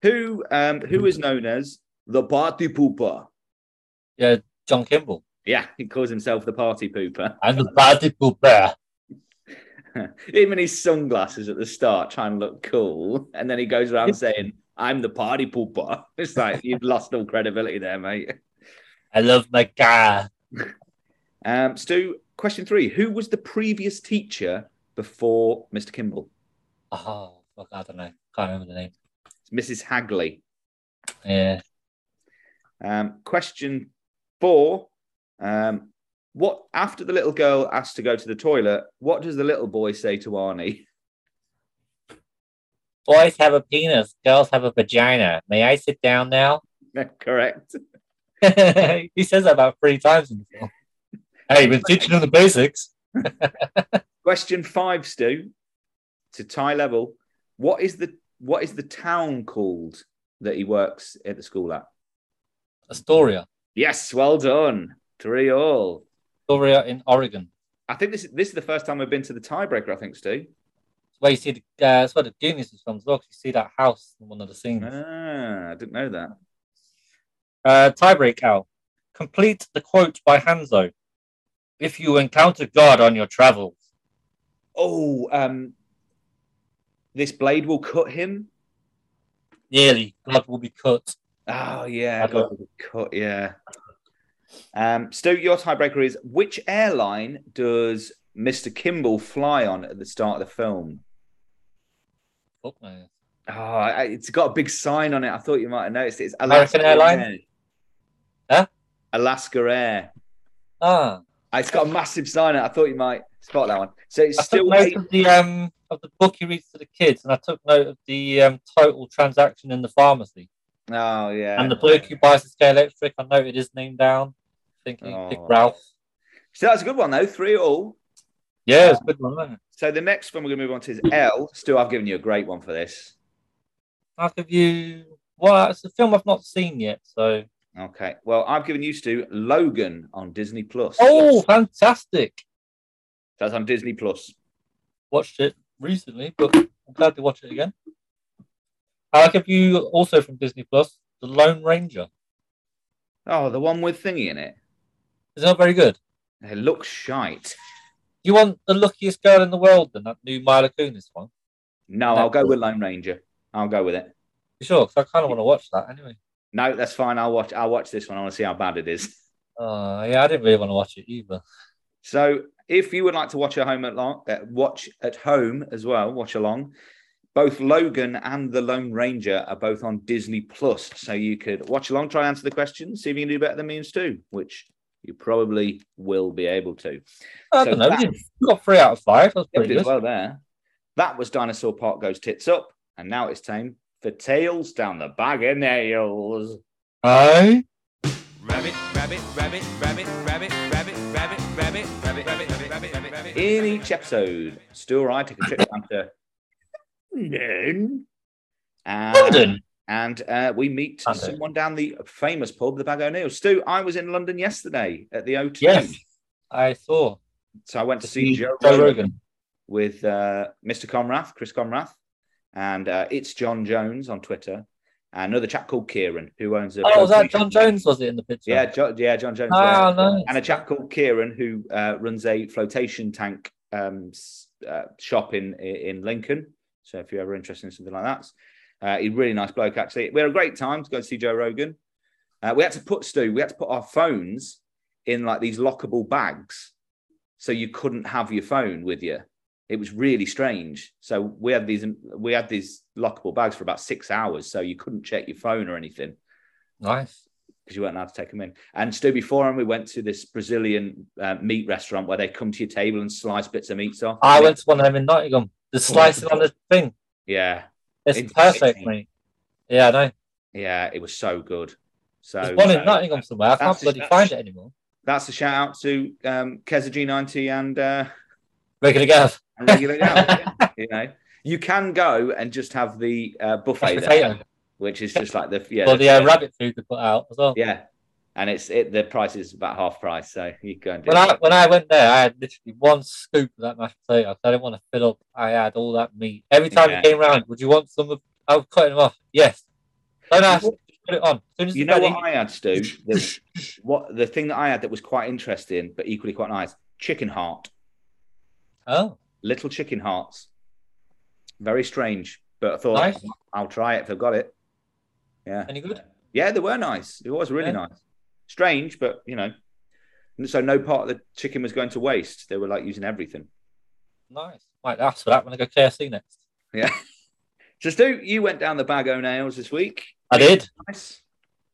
[SPEAKER 1] who um who is known as the party pooper
[SPEAKER 2] Yeah, John Kimball.
[SPEAKER 1] yeah he calls himself the party pooper
[SPEAKER 2] I'm the radical bear.
[SPEAKER 1] Him and his sunglasses at the start trying to look cool, and then he goes around saying, "I'm the party pooper." It's like you've lost all credibility there, mate.
[SPEAKER 2] I love my car.
[SPEAKER 1] Um, Stu, question three: Who was the previous teacher before Mr. Kimball?
[SPEAKER 2] Oh, fuck, I don't know. Can't remember the name.
[SPEAKER 1] It's Mrs. Hagley.
[SPEAKER 2] Yeah.
[SPEAKER 1] Um, question four: um, What after the little girl asks to go to the toilet? What does the little boy say to Arnie?
[SPEAKER 2] Boys have a penis. Girls have a vagina. May I sit down now?
[SPEAKER 1] Correct.
[SPEAKER 2] he says that about three times in the film. Hey, been teaching them the basics.
[SPEAKER 1] Question five, Stu, to tie level. What is the what is the town called that he works at the school at?
[SPEAKER 2] Astoria.
[SPEAKER 1] Yes, well done. Three all.
[SPEAKER 2] Astoria in Oregon.
[SPEAKER 1] I think this this is the first time we've been to the tiebreaker, I think, Stu.
[SPEAKER 2] It's where you see the uh, it's where the Goonies was from as well. 'cause you see that house in one of the scenes.
[SPEAKER 1] Ah, I didn't know that.
[SPEAKER 2] Uh, tiebreak out. Complete the quote by Hanzo. If you encounter God on your travels,
[SPEAKER 1] Oh, um this blade will cut him.
[SPEAKER 2] nearly God will be cut.
[SPEAKER 1] Oh yeah,
[SPEAKER 2] I
[SPEAKER 1] God, cut, yeah. Um, Stu, your tiebreaker is which airline does Mr. Kimball fly on at the start of the film?
[SPEAKER 2] Fuck no.
[SPEAKER 1] Oh, I- it's got a big sign on it. I thought you might have noticed it. It's
[SPEAKER 2] American Airlines?
[SPEAKER 1] Air.
[SPEAKER 2] Huh?
[SPEAKER 1] Alaska Air.
[SPEAKER 2] Ah,
[SPEAKER 1] It's got a massive sign on it. I thought you might spot that one. So it's
[SPEAKER 2] I took
[SPEAKER 1] still
[SPEAKER 2] note
[SPEAKER 1] eight.
[SPEAKER 2] of the um of the book he reads to the kids, and I took note of the um total transaction in the pharmacy.
[SPEAKER 1] Oh yeah.
[SPEAKER 2] And the bloke who buys the scale electric, I noted his name down. Thinking he picked
[SPEAKER 1] Oh.
[SPEAKER 2] Ralph.
[SPEAKER 1] So that's a good one though. Three all.
[SPEAKER 2] Yeah, it's a good one. Isn't it?
[SPEAKER 1] So the next one we're gonna move on to is L. Stu, I've given you a great one for this.
[SPEAKER 2] I'll give you. Well, it's a film I've not seen yet, so.
[SPEAKER 1] Okay. Well, I've given you Stu Logan on Disney Plus.
[SPEAKER 2] Oh, fantastic!
[SPEAKER 1] that's on Disney Plus.
[SPEAKER 2] watched it recently, but I'm glad to watch it again. I like a view also from Disney Plus, The Lone Ranger.
[SPEAKER 1] Oh, the one with thingy in it.
[SPEAKER 2] It's not very good.
[SPEAKER 1] It looks shite.
[SPEAKER 2] You want the luckiest girl in the world than that new Mila Kunis one?
[SPEAKER 1] No, I'll go with Lone Ranger. I'll go with it.
[SPEAKER 2] You sure? 'Cause I kind of want to watch that anyway.
[SPEAKER 1] No, that's fine. I'll watch. I'll watch this one. I want to see how bad it is.
[SPEAKER 2] Uh, yeah, I didn't really want to watch it either.
[SPEAKER 1] So, if you would like to watch at home at long, uh, watch at home as well, watch along. Both Logan and The Lone Ranger are both on Disney Plus, so you could watch along, try and answer the questions, see if you can do better than me and too, which you probably will be able to.
[SPEAKER 2] I
[SPEAKER 1] So
[SPEAKER 2] don't know.
[SPEAKER 1] that-
[SPEAKER 2] You got three out of five. That's
[SPEAKER 1] Yep,
[SPEAKER 2] pretty
[SPEAKER 1] did
[SPEAKER 2] good.
[SPEAKER 1] well there. That was Dinosaur Park Goes Tits Up, and now it's time for Tails Down the Bag of Nails.
[SPEAKER 2] Aye.
[SPEAKER 5] Rabbit, rabbit, rabbit, rabbit, rabbit, rabbit, rabbit, rabbit, rabbit, rabbit, rabbit, rabbit, rabbit.
[SPEAKER 1] In each episode, Stu or I take a trip down to London. And,
[SPEAKER 2] London.
[SPEAKER 1] And uh, we meet
[SPEAKER 2] London.
[SPEAKER 1] someone down the famous pub, the Bag O'Neill. Stu, I was in London yesterday at the O2.
[SPEAKER 2] Yes, I saw.
[SPEAKER 1] So I went to see Joe
[SPEAKER 2] Joe
[SPEAKER 1] Rogan
[SPEAKER 2] Rogan.
[SPEAKER 1] with uh, Mr. Conrath, Chris Conrath, and uh, it's John Jones on Twitter. And another chap called Kieran, who owns a.
[SPEAKER 2] Oh, was that John
[SPEAKER 1] protein-
[SPEAKER 2] Jones? Was it in the picture?
[SPEAKER 1] Yeah, jo- yeah, John Jones. yeah.
[SPEAKER 2] Oh, no.
[SPEAKER 1] and a chap called Kieran who uh, runs a flotation tank um, s- uh, shop in in Lincoln. So if you're ever interested in something like that, uh, he's a really nice bloke. Actually, we had a great time to go and see Joe Rogan. Uh, we had to put Stu. We had to put our phones in like these lockable bags, so you couldn't have your phone with you. It was really strange. So we had these we had these lockable bags for about six hours, so you couldn't check your phone or anything
[SPEAKER 2] Nice.
[SPEAKER 1] because you weren't allowed to take them in. And still before him, we went to this Brazilian uh, meat restaurant where they come to your table and slice bits of meats off.
[SPEAKER 2] I went to one of them in Nottingham. The slicing on the thing.
[SPEAKER 1] Yeah,
[SPEAKER 2] It's
[SPEAKER 1] Oh, It's
[SPEAKER 2] perfect,
[SPEAKER 1] amazing.
[SPEAKER 2] mate. Yeah, I know.
[SPEAKER 1] yeah, it was so good. So
[SPEAKER 2] There's one in
[SPEAKER 1] uh,
[SPEAKER 2] Nottingham somewhere. I can't
[SPEAKER 1] that's-
[SPEAKER 2] bloody
[SPEAKER 1] that's-
[SPEAKER 2] find it anymore.
[SPEAKER 1] that's a shout out to um, Keza G90 and uh,
[SPEAKER 2] Regular Gav.
[SPEAKER 1] and regular Gal, You know, you can go and just have the uh, buffet
[SPEAKER 2] Mashed
[SPEAKER 1] there,
[SPEAKER 2] potato.
[SPEAKER 1] which is just like the yeah,
[SPEAKER 2] Or
[SPEAKER 1] the-
[SPEAKER 2] the uh, rabbit food they put out as well.
[SPEAKER 1] yeah, and it's it. The price is about half price, so you can go and do.
[SPEAKER 2] When
[SPEAKER 1] it.
[SPEAKER 2] I when I went there, I had literally one scoop of that mashed potato. 'cause I didn't want to fill up. I had all that meat. Every time
[SPEAKER 1] Yeah.
[SPEAKER 2] it came round, would you want some of? I was cutting them off. Yes. Don't ask. Just put it on. As soon as
[SPEAKER 1] you
[SPEAKER 2] it's
[SPEAKER 1] know
[SPEAKER 2] ready,
[SPEAKER 1] what I had, Stu? The, what the thing that I had that was quite interesting, but equally quite nice: chicken heart,
[SPEAKER 2] Oh,
[SPEAKER 1] little chicken hearts. Very strange, but I thought
[SPEAKER 2] Nice.
[SPEAKER 1] I'll try it if I've got it. Yeah,
[SPEAKER 2] any good?
[SPEAKER 1] yeah, they were nice. It was really
[SPEAKER 2] Yeah.
[SPEAKER 1] nice. Strange, but you know, and so no part of the chicken was going to waste. They were like using everything.
[SPEAKER 2] Nice. Might ask for that when I go KFC next.
[SPEAKER 1] Yeah. so Stu, you went down the bag o' nails this week.
[SPEAKER 2] I did.
[SPEAKER 1] Nice.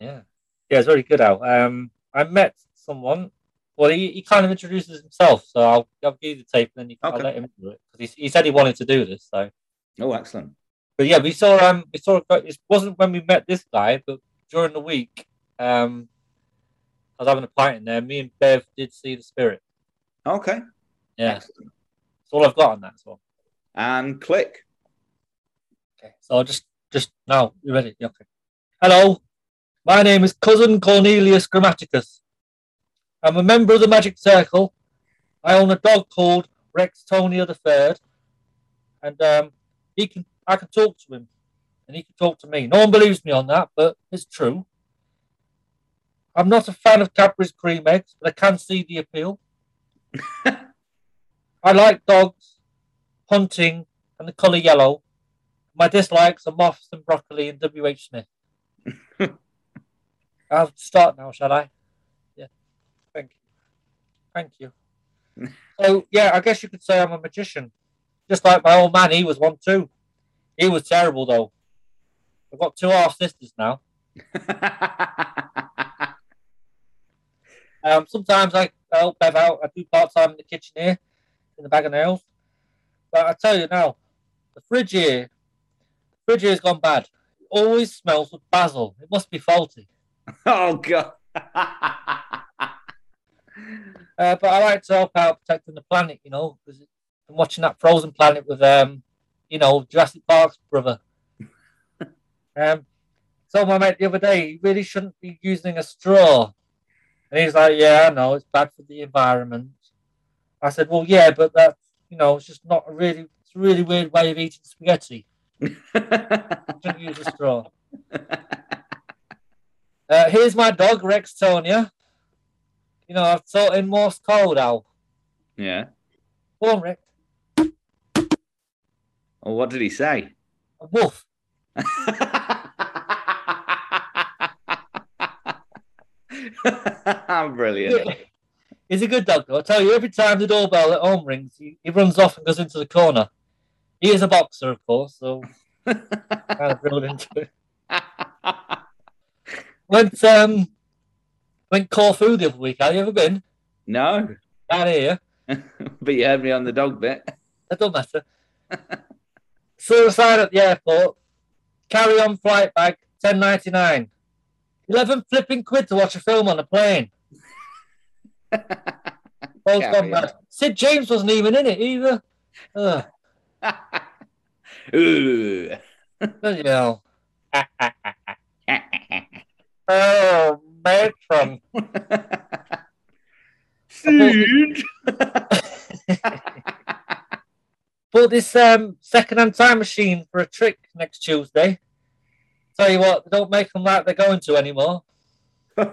[SPEAKER 2] Yeah. Yeah, it's very good, Al. Um, I met someone. Well, he, he kind of introduces himself, so I'll, I'll give you the tape and then you, I'll
[SPEAKER 1] Okay.
[SPEAKER 2] let him do it because he, he said he wanted to do this. So,
[SPEAKER 1] Oh, excellent.
[SPEAKER 2] but yeah, we saw um we saw a guy- it wasn't when we met this guy, but during the week, um, I was having a pint in there. Me and Bev did see the spirit.
[SPEAKER 1] Okay.
[SPEAKER 2] Yeah, that's
[SPEAKER 1] Excellent.
[SPEAKER 2] all I've got on that as well.
[SPEAKER 1] And click.
[SPEAKER 2] Okay. So I'll just just now you ready? Yeah, Okay. Hello, my name is cousin Cornelius Grammaticus. I'm a member of the Magic Circle. I own a dog called Rex Tonia the Third, and um, he can I can talk to him, and he can talk to me. No one believes me on that, but it's true. I'm not a fan of Cadbury's cream eggs, but I can see the appeal. I like dogs, hunting, and the colour yellow. My dislikes are moths and broccoli and WH Smith. I'll start now, shall I? Yeah. Thank you. Thank you. so, yeah, I guess you could say I'm a magician. Just like my old man, he was one too. He was terrible, though. I've got two half sisters now. Um, sometimes I I help Bev out. I do part time in the kitchen here, in the bag of nails. But I tell you now, the fridge here, the fridge here's gone bad. It always smells of basil. It must be faulty.
[SPEAKER 1] oh god.
[SPEAKER 2] Uh, but I like to help out protecting the planet, you know, 'cause I'm watching that frozen planet with, um, you know, Jurassic Park's brother. um, so my mate the other day, he really shouldn't be using a straw. And he's like, yeah, I know, it's bad for the environment. I said, well, yeah, but that, you know, it's just not a really, it's a really weird way of eating spaghetti. Couldn't use a straw. Uh, here's my dog, Rex Tonia. You know, I've taught him Morse code, Al.
[SPEAKER 1] yeah.
[SPEAKER 2] Go on, Rex.
[SPEAKER 1] Well, what did he say?
[SPEAKER 2] A wolf.
[SPEAKER 1] Brilliant.
[SPEAKER 2] He's a good dog, though. I tell you, every time the doorbell at home rings, he, he runs off and goes into the corner. He is a boxer, of course, so kind of drilled into it. Went um, went Corfu the other week. Have you ever been
[SPEAKER 1] no,
[SPEAKER 2] down here?
[SPEAKER 1] but you heard me on the dog bit.
[SPEAKER 2] It don't matter. Suicide at the airport. Carry on flight bag, ten ninety nine. Eleven flipping quid to watch a film on a plane. Paul's
[SPEAKER 1] Carry
[SPEAKER 2] gone mad. Sid James wasn't even in it either. Ugh,
[SPEAKER 1] Ooh.
[SPEAKER 2] bloody hell. Oh, matron.
[SPEAKER 1] Food.
[SPEAKER 2] Bought this um, second-hand time machine for a trick next Tuesday. Tell you what, they don't make them like they're going to anymore.
[SPEAKER 1] oh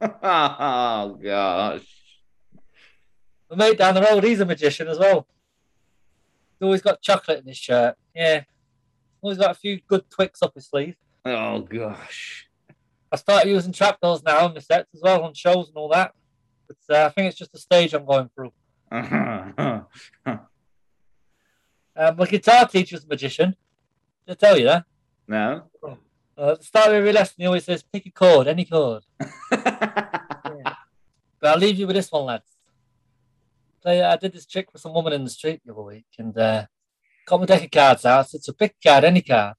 [SPEAKER 1] gosh.
[SPEAKER 2] The mate down the road, he's a magician as well. He's always got chocolate in his shirt. Yeah. Always got a few good Twix up his sleeve.
[SPEAKER 1] Oh gosh.
[SPEAKER 2] I started using trapdoors now on the sets as well, on shows and all that. But uh, I think it's just the stage I'm going through. Um, my guitar teacher's a magician. Did I tell you that?
[SPEAKER 1] no.
[SPEAKER 2] Uh, at the start of every lesson, he always says, pick a chord, any chord. But I'll leave you with this one, lads. Play, I did this trick with some woman in the street the other week and uh, got my deck of cards out. I said, so pick a card, any card.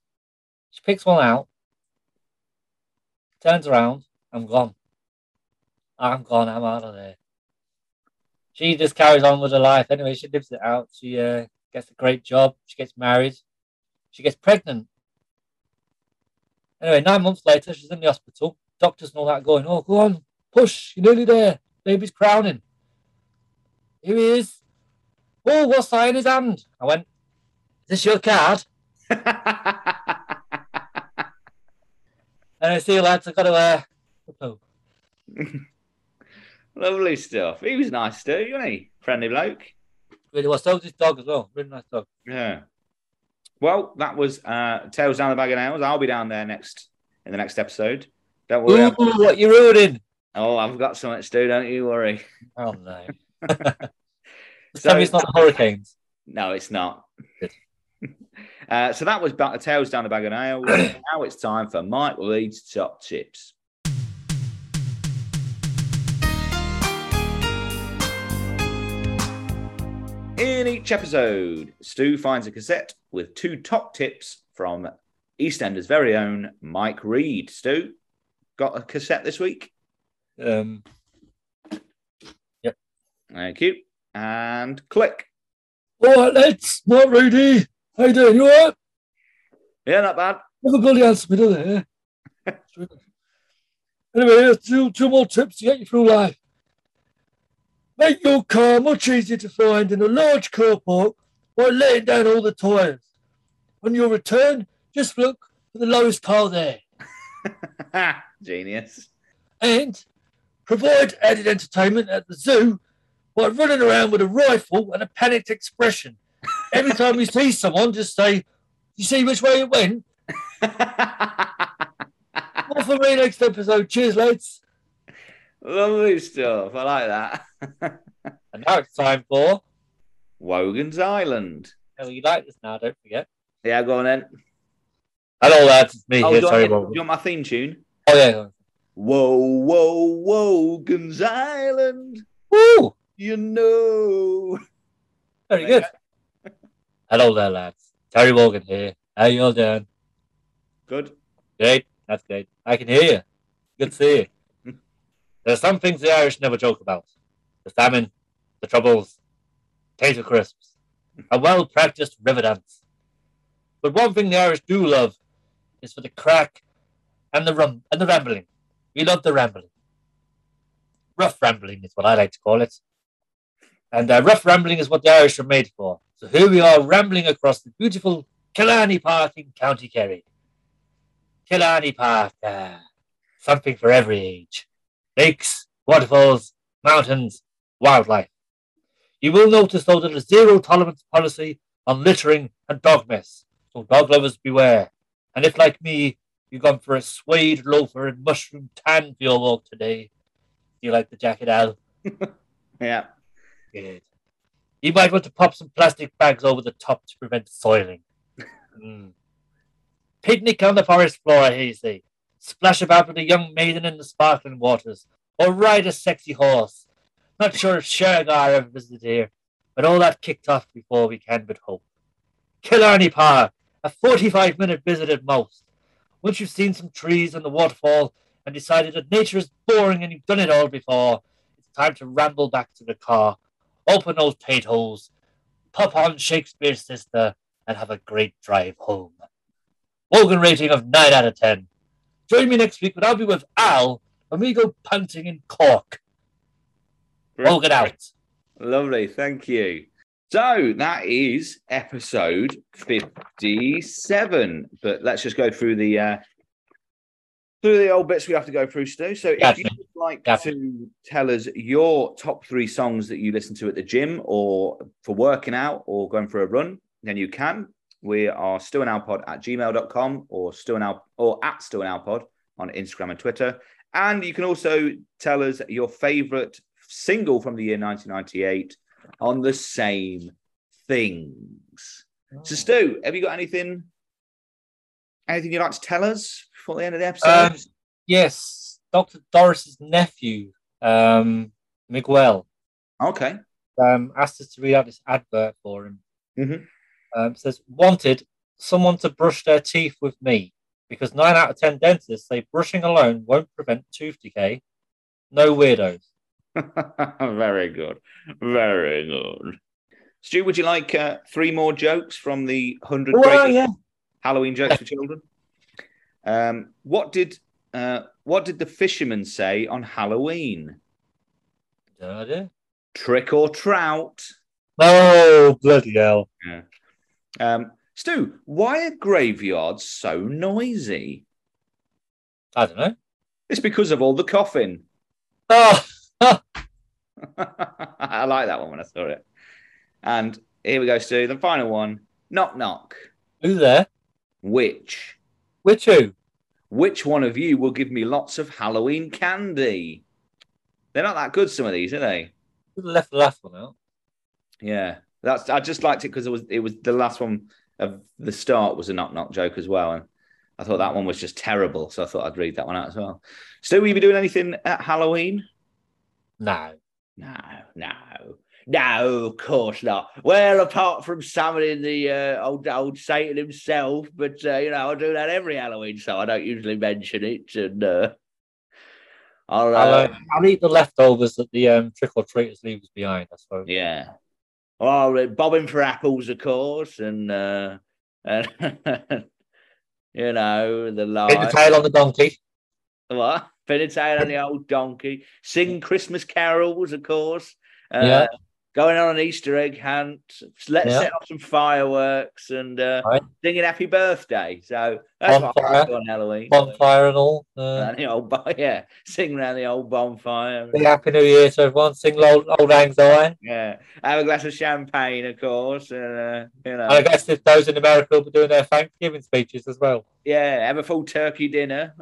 [SPEAKER 2] She picks one out, turns around, I'm gone. I'm gone, I'm out of there. She just carries on with her life anyway. She lives it out. She uh, gets a great job. She gets married. She gets pregnant. Anyway, nine months later, she's in the hospital. Doctors and all that going, oh, go on, push, you're nearly there. Baby's crowning. Here he is. Oh, what's that in his hand? I went, Is this your card? And I see, lads, I've got to uh, poo-poo."
[SPEAKER 1] Lovely stuff. He was nice too, wasn't he? Friendly bloke.
[SPEAKER 2] Really was. So was this dog as well. Really nice dog.
[SPEAKER 1] Yeah. Well, that was uh Tales Down the Bag of Nails. I'll be down there next in the next episode. Don't worry.
[SPEAKER 2] Ooh,
[SPEAKER 1] I've-
[SPEAKER 2] what you ruining?
[SPEAKER 1] Oh, I've got so much to do, don't you worry.
[SPEAKER 2] Oh, no. This
[SPEAKER 1] So-
[SPEAKER 2] time it's not the hurricanes.
[SPEAKER 1] No, it's not.
[SPEAKER 2] Good.
[SPEAKER 1] uh, so that was ba- Tales Down the Bag of Nails. now it's time for Mike Leeds Top Tips. In each episode, Stu finds a cassette with two top tips from EastEnders' very own Mike Reed. Stu, got a cassette this week?
[SPEAKER 2] Um,
[SPEAKER 1] Thank you. And click.
[SPEAKER 2] all right, lads. Not Rudy. How you doing? You all right?
[SPEAKER 1] Yeah, not bad.
[SPEAKER 2] Never bloody answer me, do they? eh? anyway, here's two, two more tips to get you through life. Make your car much easier to find in a large car park by laying down all the tyres. On your return, just look for the lowest car there.
[SPEAKER 1] Genius.
[SPEAKER 2] And provide added entertainment at the zoo by running around with a rifle and a panicked expression. Every time you see someone, just say, You see which way it went? Well, for me next episode. Cheers, lads.
[SPEAKER 1] Lovely stuff. I like that.
[SPEAKER 2] And now it's time for.
[SPEAKER 1] Wogan's Island.
[SPEAKER 2] Oh, you like this now? Don't forget.
[SPEAKER 1] Yeah, go on then.
[SPEAKER 2] Hello, lads. It's me
[SPEAKER 1] Oh,
[SPEAKER 2] here.
[SPEAKER 1] do, you
[SPEAKER 2] Sorry,
[SPEAKER 1] want, do
[SPEAKER 2] Rob.
[SPEAKER 1] you want my theme tune?
[SPEAKER 2] Oh yeah.
[SPEAKER 1] Whoa, whoa, Wogan's Island.
[SPEAKER 2] Woo!
[SPEAKER 1] You know.
[SPEAKER 2] Very good. Hello there, lads. Terry Morgan here. How you all doing?
[SPEAKER 1] Good.
[SPEAKER 2] Great. That's great. I can hear you. Good to see you. There are some things the Irish never joke about: the famine, the troubles, potato crisps, a well-practiced river dance. But one thing the Irish do love is for the crack and the rum and the rambling. We love the rambling. Rough rambling is what I like to call it. And uh, rough rambling is what the Irish are made for. So here we are rambling across the beautiful Killarney Park in County Kerry. Killarney Park, ah, something for every age. Lakes, waterfalls, mountains, wildlife. You will notice, though, that a zero tolerance policy on littering and dog mess. So, dog lovers, beware. And if, like me, you've gone for a suede loafer and mushroom tan for your walk today, do you like the jacket, Al?
[SPEAKER 1] Yeah.
[SPEAKER 2] Good. You might want to pop some plastic bags over the top to prevent soiling. Mm. Picnic on the forest floor, Hazy. Splash about with a young maiden in the sparkling waters. Or ride a sexy horse. Not sure if Shergar ever visited here, but all that kicked off before we can but hope. Killarney Park, a 45 minute visit at most. Once you've seen some trees and the waterfall and decided that nature is boring and you've done it all before, it's time to ramble back to the car, open those paint holes, pop on Shakespeare's sister, and have a great drive home. Wogan rating of 9 out of 10. Join me next week when I'll be with Al and we go punting in Cork. Wogan out.
[SPEAKER 1] Lovely, thank you. So that is episode 57. But let's just go through the uh through the old bits we have to go through, Stu. So if
[SPEAKER 2] Gotcha.
[SPEAKER 1] you'd like
[SPEAKER 2] Gotcha.
[SPEAKER 1] to tell us your top three songs that you listen to at the gym or for working out or going for a run, then you can. We are stewandalpod at gmail.com or stewandal or at stewandalpod on Instagram and Twitter. And you can also tell us your favorite single from the year 1998 on the same things. So, Stu, have you got anything? Anything you'd like to tell us before the end of the episode?
[SPEAKER 2] Um, yes, Dr. Doris's nephew, um, Miguel,
[SPEAKER 1] okay.
[SPEAKER 2] um, asked us to read out this advert for him.
[SPEAKER 1] Mhm.
[SPEAKER 2] Um, it says, Wanted someone to brush their teeth with me because nine out of 10 dentists say brushing alone won't prevent tooth decay. No weirdos.
[SPEAKER 1] Very good. Very good. Stu, would you like uh, three more jokes from the 100
[SPEAKER 2] Well,
[SPEAKER 1] greatest
[SPEAKER 2] yeah.
[SPEAKER 1] Halloween jokes for children? Um, what did uh, what did the fisherman say on Halloween?
[SPEAKER 2] No idea.
[SPEAKER 1] Trick or trout?
[SPEAKER 2] Oh, bloody hell.
[SPEAKER 1] Um, Stu, why are graveyards so noisy?
[SPEAKER 2] I don't know.
[SPEAKER 1] It's because of all the coughing.
[SPEAKER 2] Oh,
[SPEAKER 1] I like that one when I saw it. And here we go, Stu. The final one. Knock knock.
[SPEAKER 2] who's there?
[SPEAKER 1] Which?
[SPEAKER 2] Which who?
[SPEAKER 1] Which one of you will give me lots of Halloween candy? They're not that good, some of these, are they?
[SPEAKER 2] Who left the last one out?
[SPEAKER 1] Yeah. That's I just liked it because it was it was the last one of the start was a knock knock joke as well. And I thought that one was just terrible. So I thought I'd read that one out as well. Stu, will you be doing anything at Halloween?
[SPEAKER 2] No.
[SPEAKER 1] No, no, no, of course not. Well, apart from summoning the uh, old old Satan himself, but uh, you know I do that every Halloween, so I don't usually mention it. And uh, I'll,
[SPEAKER 2] I'll,
[SPEAKER 1] uh,
[SPEAKER 2] uh, I'll eat the leftovers that the um, trick or treaters leave us behind, I suppose.
[SPEAKER 1] yeah, well, uh, bobbing for apples, of course, and uh, and you know the
[SPEAKER 2] Pin the
[SPEAKER 1] lie.
[SPEAKER 2] tail on the donkey.
[SPEAKER 1] What? Pin a tail on the old donkey. Sing Christmas carols, of course. Uh,
[SPEAKER 2] Yeah.
[SPEAKER 1] Going on an Easter egg hunt. Let's
[SPEAKER 2] Yeah.
[SPEAKER 1] set off some fireworks and uh,
[SPEAKER 2] Right.
[SPEAKER 1] singing happy birthday. So that's what I
[SPEAKER 2] Bonfire.
[SPEAKER 1] do on Halloween.
[SPEAKER 2] bonfire and all. Uh,
[SPEAKER 1] Around the old, bo- yeah, sing around the old bonfire.
[SPEAKER 2] big Happy New Year to everyone. Sing old, old Lang Syne.
[SPEAKER 1] Yeah, have a glass of champagne, of course, and uh, you know,
[SPEAKER 2] And I guess if those in America will be doing their Thanksgiving speeches as well.
[SPEAKER 1] yeah, have a full turkey dinner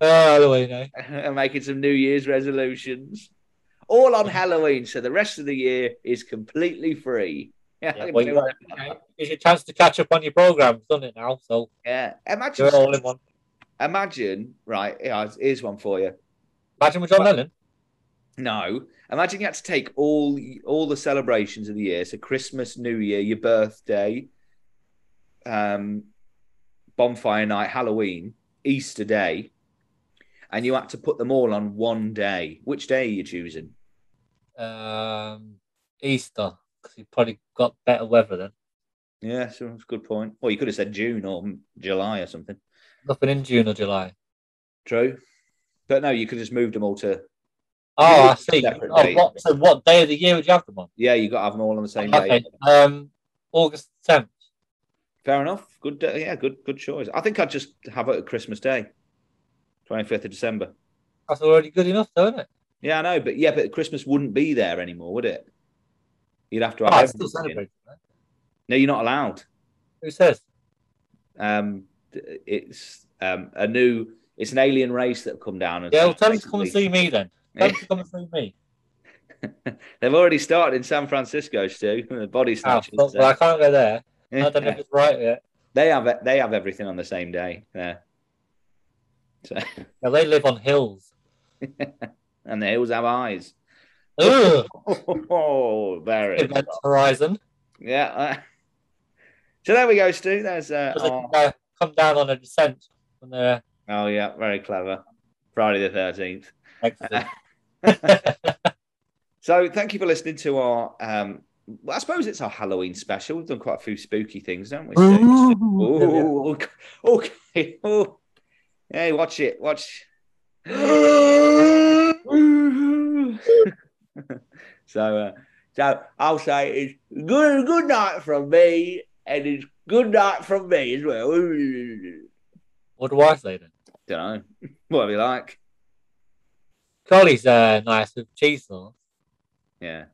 [SPEAKER 2] Oh, Halloween, eh?
[SPEAKER 1] and making some New Year's resolutions. All on Halloween, so the rest of the year is completely free. Yeah, I
[SPEAKER 2] Yeah,
[SPEAKER 1] can
[SPEAKER 2] well,
[SPEAKER 1] do
[SPEAKER 2] you
[SPEAKER 1] that.
[SPEAKER 2] are- okay. It's your chance to catch up on your programs, isn't it now? So
[SPEAKER 1] Yeah.
[SPEAKER 2] do it
[SPEAKER 1] Imagine,
[SPEAKER 2] all in one.
[SPEAKER 1] imagine, right? yeah, Here's one for you.
[SPEAKER 2] Imagine with John Lennon.
[SPEAKER 1] No, imagine you had to take all all the celebrations of the year, so Christmas, New Year, your birthday, um, bonfire night, Halloween, Easter day, and you had to put them all on one day. Which day are you choosing?
[SPEAKER 2] Um, Easter, because you probably got better weather then.
[SPEAKER 1] Yeah, so that's a good point. Well, you could have said June or July or something.
[SPEAKER 2] Nothing in June or July.
[SPEAKER 1] True, but no, you could just move them all to
[SPEAKER 2] Oh, I see.
[SPEAKER 1] Separate
[SPEAKER 2] Oh,
[SPEAKER 1] date.
[SPEAKER 2] what, so what day of the year would you have them on?
[SPEAKER 1] Yeah, you got to have them all on the same day.
[SPEAKER 2] Okay. Um, August 10th.
[SPEAKER 1] Fair enough. Good. uh, Yeah, good. Good choice. I think I'd just have it at Christmas Day, twenty fifth of December.
[SPEAKER 2] That's already good enough, though, isn't it?
[SPEAKER 1] Yeah, I know, but yeah, but Christmas wouldn't be there anymore, would it? You'd have to
[SPEAKER 2] Oh,
[SPEAKER 1] have.
[SPEAKER 2] I still
[SPEAKER 1] everything in.
[SPEAKER 2] celebrate. it, right?
[SPEAKER 1] No, you're not allowed.
[SPEAKER 2] Who says?
[SPEAKER 1] Um, th- it's um a new. It's an alien race that have come down. And
[SPEAKER 2] Yeah, well, tell them to come and
[SPEAKER 1] basically-
[SPEAKER 2] see me then. Tell them to come and see me.
[SPEAKER 1] They've already started in San Francisco, Stu. The body
[SPEAKER 2] Oh,
[SPEAKER 1] snatchers.
[SPEAKER 2] fuck, well, I can't go there. I don't know if it's right yet.
[SPEAKER 1] they have they have everything on the same day. Yeah. So,
[SPEAKER 2] Yeah, they live on hills.
[SPEAKER 1] and the hills have eyes.
[SPEAKER 2] Ugh,
[SPEAKER 1] Oh, very.
[SPEAKER 2] Event Horizon.
[SPEAKER 1] Yeah. uh, so there we go, Stu. There's uh,
[SPEAKER 2] 'Cause they
[SPEAKER 1] our-
[SPEAKER 2] can, uh, come down on a descent when they're
[SPEAKER 1] oh yeah, very clever. Friday the thirteenth.
[SPEAKER 2] exiting.
[SPEAKER 1] So thank you for listening to our. Um, well, I suppose it's our Halloween special. We've done quite a few spooky things, don't we? Stu? Ooh, okay. okay. Oh. Hey, watch it. Watch. so, uh, so I'll say it's good good night from me, and it's good night from me as well. Don't
[SPEAKER 2] What do I say then?
[SPEAKER 1] know. Whatever you like.
[SPEAKER 2] Collie's uh, nice with cheese sauce.
[SPEAKER 1] Yeah.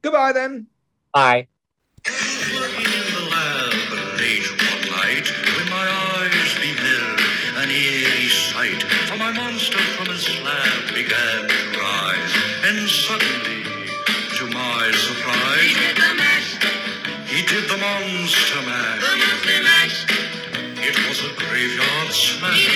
[SPEAKER 1] Goodbye then.
[SPEAKER 2] Bye.
[SPEAKER 6] Looking in the lab late one night, when my eyes beheld an eerie sight, for my monster from his slab began to rise, and suddenly, to my surprise, he did the monster mash. It was a graveyard smash.